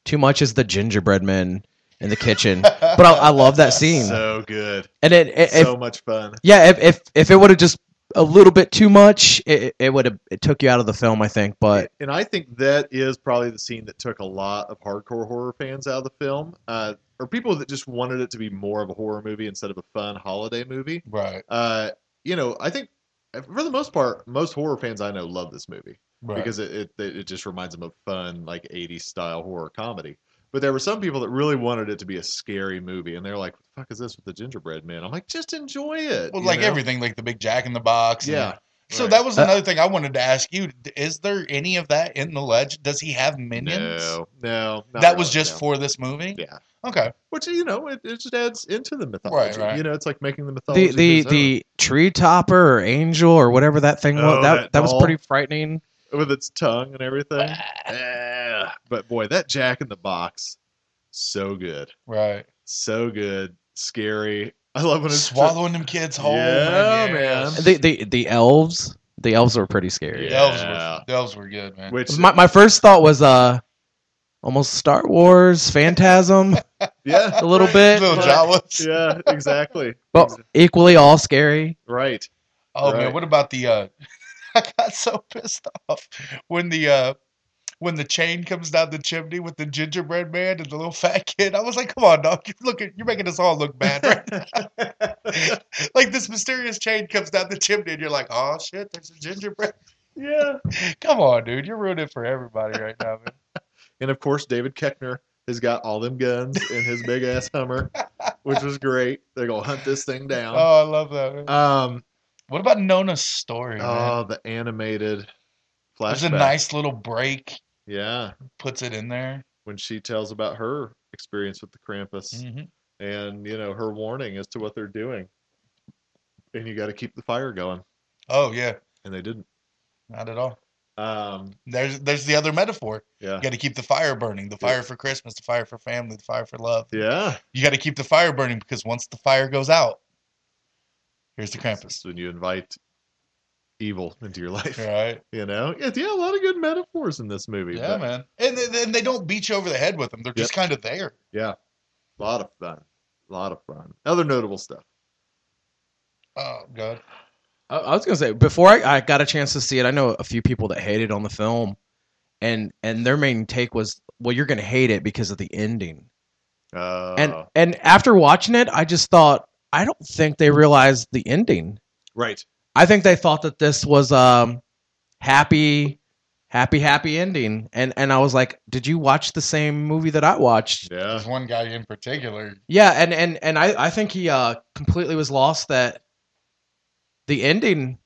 Speaker 9: too much is the gingerbread men in the kitchen. but I, I love that scene,
Speaker 7: So good.
Speaker 9: and it, it
Speaker 7: so
Speaker 9: if,
Speaker 7: much fun.
Speaker 9: yeah, if if, if it would have just a little bit too much, it, it- it would have it took you out of the film, I think. But
Speaker 7: And I think that is probably the scene that took a lot of hardcore horror fans out of the film, uh, or people that just wanted it to be more of a horror movie instead of a fun holiday movie.
Speaker 8: right,
Speaker 7: Uh, you know, I think uh, for the most part, most horror fans I know love this movie.
Speaker 8: right,
Speaker 7: because it, it it just reminds them of fun like 80s style horror comedy. But there were some people that really wanted it to be a scary movie, and they're like, "What the fuck is this with the gingerbread man?" I'm like, "Just enjoy it."
Speaker 8: well,
Speaker 7: you
Speaker 8: like
Speaker 7: know?
Speaker 8: everything, like the big Jack in the Box. and-
Speaker 7: Yeah.
Speaker 8: so
Speaker 7: right.
Speaker 8: that was
Speaker 9: Uh,
Speaker 8: another thing I wanted to ask you: Is there any of that in the legend? Does he have minions?
Speaker 7: No, no, not
Speaker 8: that was
Speaker 7: really,
Speaker 8: just
Speaker 7: no.
Speaker 8: for this movie.
Speaker 7: Yeah.
Speaker 8: Okay.
Speaker 7: which you know it, it just adds into the mythology.
Speaker 8: right.
Speaker 7: You know, it's like making the mythology.
Speaker 9: the the,
Speaker 7: his own.
Speaker 9: the tree topper or angel or whatever that thing
Speaker 7: Oh,
Speaker 9: was that
Speaker 7: that
Speaker 9: that, was
Speaker 7: doll.
Speaker 9: pretty frightening.
Speaker 7: with its tongue and everything. Yeah. But boy, that Jack in the Box, so good,
Speaker 8: Right.
Speaker 7: so good, scary. I love when it's
Speaker 8: Swallowing them kids whole.
Speaker 7: Yeah,
Speaker 8: man.
Speaker 7: man.
Speaker 9: The the the elves the elves were pretty scary.
Speaker 8: The elves
Speaker 7: Yeah.
Speaker 8: were the elves were good, man.
Speaker 7: Which
Speaker 9: My, my first thought was uh almost Star Wars Phantasm
Speaker 7: yeah,
Speaker 9: a little
Speaker 7: right.
Speaker 9: bit,
Speaker 8: Little
Speaker 7: Right.
Speaker 8: Jawas.
Speaker 7: yeah, exactly.
Speaker 9: but equally all scary.
Speaker 7: Right.
Speaker 8: Oh
Speaker 7: Right.
Speaker 8: man, what about the uh I got so pissed off when the uh when the chain comes down the chimney with the gingerbread man and the little fat kid. I was like, come on, dog, you're looking you're making us all look bad right now. like this mysterious chain comes down the chimney and you're like, oh shit, there's a gingerbread.
Speaker 7: Yeah.
Speaker 8: Come on, dude. You're ruining it for everybody right now, man.
Speaker 7: And of course, David Keckner has got all them guns in his big ass Hummer, which was great. They're gonna hunt this thing down.
Speaker 8: Oh, I love that. man.
Speaker 7: Um,
Speaker 8: What about Nona's story, man?
Speaker 7: oh, the animated flashback.
Speaker 8: There's a nice little break,
Speaker 7: yeah.
Speaker 8: puts it in there.
Speaker 7: When she tells about her experience with the Krampus
Speaker 8: Mm. Mm-hmm.
Speaker 7: and you know her warning as to what they're doing, and you got to keep the fire going,
Speaker 8: Oh yeah,
Speaker 7: and they didn't.
Speaker 8: not at all.
Speaker 7: Um,
Speaker 8: There's there's the other metaphor.
Speaker 7: yeah.
Speaker 8: You got to keep the fire burning. The fire for Christmas, the fire for family, the fire for love.
Speaker 7: Yeah.
Speaker 8: You got to keep the fire burning because once the fire goes out, here's the Krampus.
Speaker 7: That's when you invite evil into your life.
Speaker 8: All right.
Speaker 7: You know? Yeah, yeah, a lot of good metaphors in this movie.
Speaker 8: Yeah,
Speaker 7: but
Speaker 8: man. And then then they don't beat you over the head with them. They're just kind of there.
Speaker 7: A lot of fun. A lot of fun. Other notable stuff.
Speaker 8: Oh god.
Speaker 7: Uh.
Speaker 9: I, I was gonna say before I, I got a chance to see it, I know a few people that hated on the film, and and their main take was, well, you're gonna hate it because of the ending.
Speaker 7: Uh,
Speaker 9: and and after watching it, I just thought I don't think they realized the ending.
Speaker 7: right.
Speaker 9: I think they thought that this was um happy, happy, happy ending, and and I was like, did you watch the same movie that I watched?
Speaker 7: Yeah.
Speaker 8: There's one guy in particular.
Speaker 9: Yeah, and and and I I think he uh completely was lost that the ending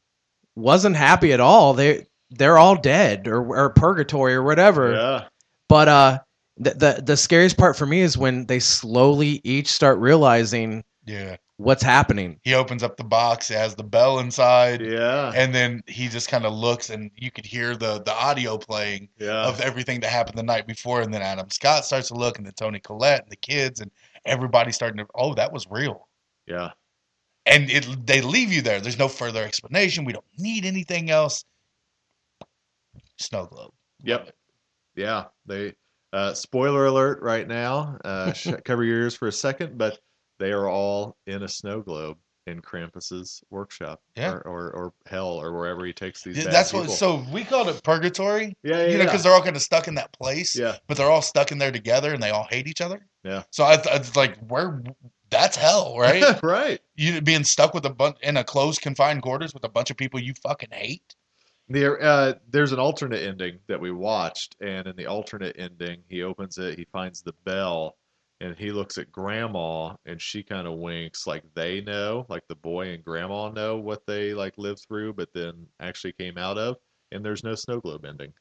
Speaker 9: wasn't happy at all. They they're all dead or or purgatory or whatever.
Speaker 7: Yeah.
Speaker 9: But uh the, the the scariest part for me is when they slowly each start realizing
Speaker 8: Yeah.
Speaker 9: what's happening.
Speaker 8: He opens up the box, it has the bell inside,
Speaker 7: Yeah.
Speaker 8: and then he just kind of looks and you could hear the the audio playing
Speaker 7: Yeah.
Speaker 8: of everything that happened the night before and then Adam Scott starts to look and then Tony Collette and the kids and everybody starting to oh, that was real.
Speaker 7: Yeah.
Speaker 8: And it they leave you there. There's no further explanation. We don't need anything else. Snow globe.
Speaker 7: Yep. Yeah. They. Uh, spoiler alert! Right now, uh, sh- cover your ears for a second, but they are all in a snow globe in Krampus's workshop,
Speaker 8: Yeah.
Speaker 7: or, or or hell, or wherever he takes these.
Speaker 8: Yeah,
Speaker 7: bad
Speaker 8: that's
Speaker 7: people.
Speaker 8: what. So we called it purgatory.
Speaker 7: Yeah, yeah,
Speaker 8: you know,
Speaker 7: yeah.
Speaker 8: because they're all kind of stuck in that place.
Speaker 7: Yeah.
Speaker 8: But they're all stuck in there together, and they all hate each other.
Speaker 7: Yeah.
Speaker 8: So I, th- it's like we're that's hell, right?
Speaker 7: right.
Speaker 8: you being stuck with a bunch in a closed, confined quarters with a bunch of people you fucking hate.
Speaker 7: There, uh, there's an alternate ending that we watched, and in the alternate ending, he opens it, he finds the bell, and he looks at Grandma, and she kind of winks, like they know, like the boy and Grandma know what they like lived through, but then actually came out of. And there's no snow globe ending.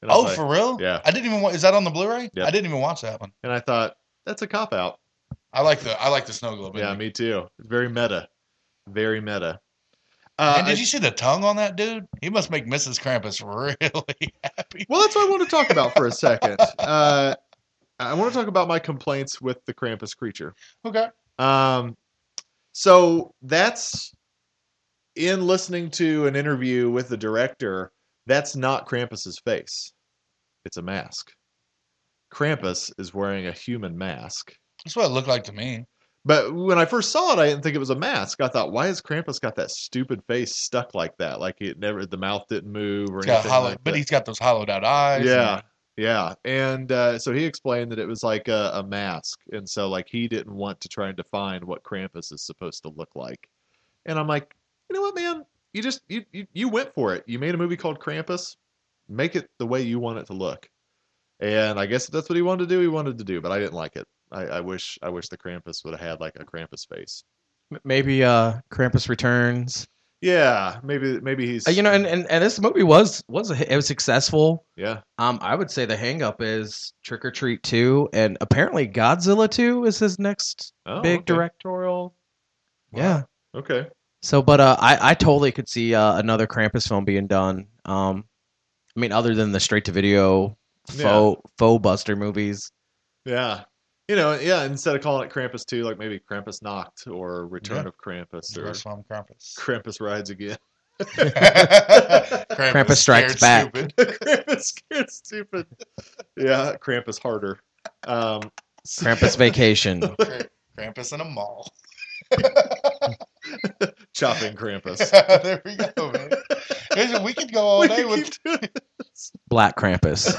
Speaker 7: And I
Speaker 8: Oh,
Speaker 7: was like-
Speaker 8: for real?
Speaker 7: yeah.
Speaker 8: I didn't even. wa- Is that on the Blu-ray?
Speaker 7: Yeah.
Speaker 8: I didn't even watch that one.
Speaker 7: and I thought that's a cop out.
Speaker 8: I like the I like the snow globe.
Speaker 7: Yeah,
Speaker 8: ending.
Speaker 7: me too. It's very meta, very meta. Uh,
Speaker 8: and did you see the tongue on that dude? He must make Mrs. Krampus really happy.
Speaker 7: Well, that's what I want to talk about for a second. Uh, I want to talk about my complaints with the Krampus creature.
Speaker 8: Okay.
Speaker 7: Um, so that's in listening to an interview with the director. That's not Krampus's face; it's a mask. Krampus is wearing a human mask.
Speaker 8: That's what it looked like to me.
Speaker 7: But when I first saw it, I didn't think it was a mask. I thought, why has Krampus got that stupid face stuck like that? Like it never, the mouth didn't move or
Speaker 8: He's got
Speaker 7: anything.
Speaker 8: hollow,
Speaker 7: like
Speaker 8: but
Speaker 7: that.
Speaker 8: he's got those hollowed out eyes.
Speaker 7: Yeah, yeah. And uh, so he explained that it was like a, a mask, and so like he didn't want to try and define what Krampus is supposed to look like. And I'm like, you know what, man? You just you you, you went for it. You made a movie called Krampus. Make it the way you want it to look. And I guess if that's what he wanted to do. He wanted to do, but I didn't like it. I, I wish I wish the Krampus would have had like a Krampus face.
Speaker 9: M- Maybe uh Krampus returns.
Speaker 7: Yeah, maybe maybe he's
Speaker 9: Uh, you know, and, and and this movie was was a, hit. it was successful.
Speaker 7: yeah
Speaker 9: Um, I would say the hang up is Trick or Treat two, and apparently Godzilla two is his next
Speaker 7: oh,
Speaker 9: big
Speaker 7: okay.
Speaker 9: directorial. Yeah.
Speaker 7: Okay,
Speaker 9: So, but uh, I I totally could see uh, another Krampus film being done. Um, I mean, other than the straight to video faux faux buster movies.
Speaker 7: Yeah. You know, yeah, instead of calling it Krampus 2, like maybe Krampus Knocked or Return of Krampus or
Speaker 8: That's why I'm Krampus.
Speaker 7: Krampus Rides Again.
Speaker 8: Krampus,
Speaker 9: Strikes
Speaker 8: scared
Speaker 9: Back.
Speaker 8: stupid.
Speaker 7: Krampus Scared Stupid. Yeah, Krampus Harder. Um, so-
Speaker 9: Krampus Vacation.
Speaker 8: Kramp- Krampus in a mall.
Speaker 7: Chopping Krampus.
Speaker 8: there we go, man. Listen, we could go all
Speaker 7: We
Speaker 8: day
Speaker 7: could
Speaker 8: with.
Speaker 7: keep doing-
Speaker 9: Black Krampus.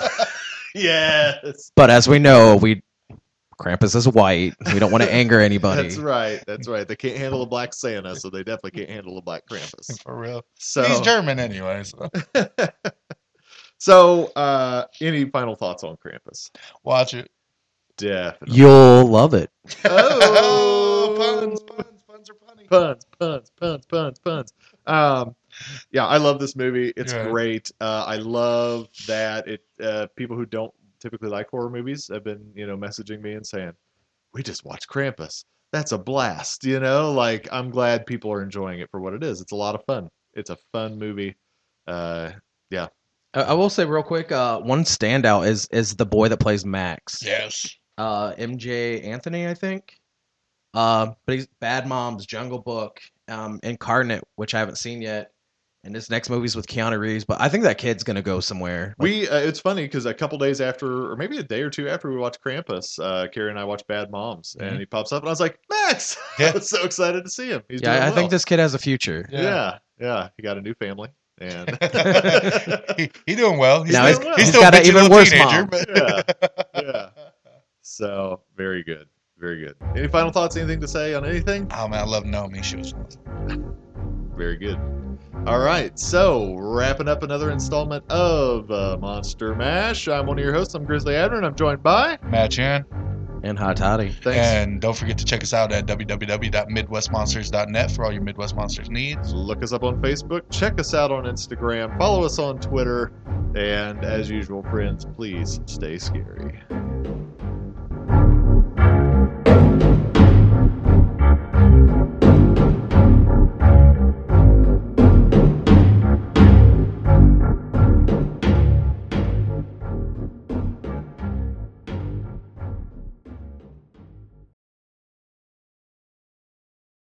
Speaker 7: yes.
Speaker 9: But as we know, we Krampus is white. We don't want to anger anybody.
Speaker 7: That's right. That's right. They can't handle a black Santa, so they definitely can't handle a black Krampus.
Speaker 8: For real.
Speaker 7: So
Speaker 8: He's German anyway. So.
Speaker 7: So uh any final thoughts on Krampus?
Speaker 8: Watch it.
Speaker 7: Definitely.
Speaker 9: You'll love it.
Speaker 7: Oh,
Speaker 8: puns, puns, puns are punny.
Speaker 7: puns, puns, puns, puns, puns. Um, yeah, I love this movie. It's
Speaker 8: Yeah.
Speaker 7: great. Uh, I love that it. Uh, people who don't typically like horror movies have been, you know, messaging me and saying, "We just watched Krampus. That's a blast." You know, like I'm glad people are enjoying it for what it is. It's a lot of fun. It's a fun movie. Uh, yeah,
Speaker 9: I, I will say real quick, uh, one standout is is the boy that plays Max.
Speaker 8: Yes.
Speaker 9: uh, MJ Anthony, I think. Uh, but he's Bad Moms, Jungle Book, um, Incarnate, which I haven't seen yet. And his next movie's with Keanu Reeves, but I think that kid's gonna go somewhere. Like,
Speaker 7: We uh, it's funny because a couple days after, or maybe a day or two after we watched Krampus, uh, Carrie and I watched Bad Moms,
Speaker 9: Mm-hmm.
Speaker 7: and he pops up, and I was like, Max! I
Speaker 8: Yeah.
Speaker 7: was so excited to see him. He's
Speaker 9: yeah,
Speaker 7: doing
Speaker 9: I
Speaker 7: well.
Speaker 9: think this kid has a future.
Speaker 7: Yeah. yeah, he got a new family, and
Speaker 8: he, he doing well. He's
Speaker 9: Now
Speaker 8: still,
Speaker 9: he's- he's
Speaker 8: he's, still
Speaker 9: got
Speaker 8: a
Speaker 9: an
Speaker 8: bitchy
Speaker 9: even
Speaker 8: little
Speaker 9: worse
Speaker 8: teenager,
Speaker 9: mom.
Speaker 8: but
Speaker 7: yeah, yeah. So very good, very good. Any final thoughts? Anything to say on anything?
Speaker 8: oh man, I love Naomi. She was awesome.
Speaker 7: Very good. All right, so wrapping up another installment of uh, Monster Mash. I'm one of your hosts. I'm Grizzly Abner, and I'm joined by.
Speaker 8: Matt Chan.
Speaker 9: And Hot Toddy.
Speaker 7: Thanks.
Speaker 8: And don't forget to check us out at www.midwestmonsters.net for all your Midwest Monsters needs.
Speaker 7: Look us up on Facebook. Check us out on Instagram. Follow us on Twitter. And as usual, friends, please stay scary.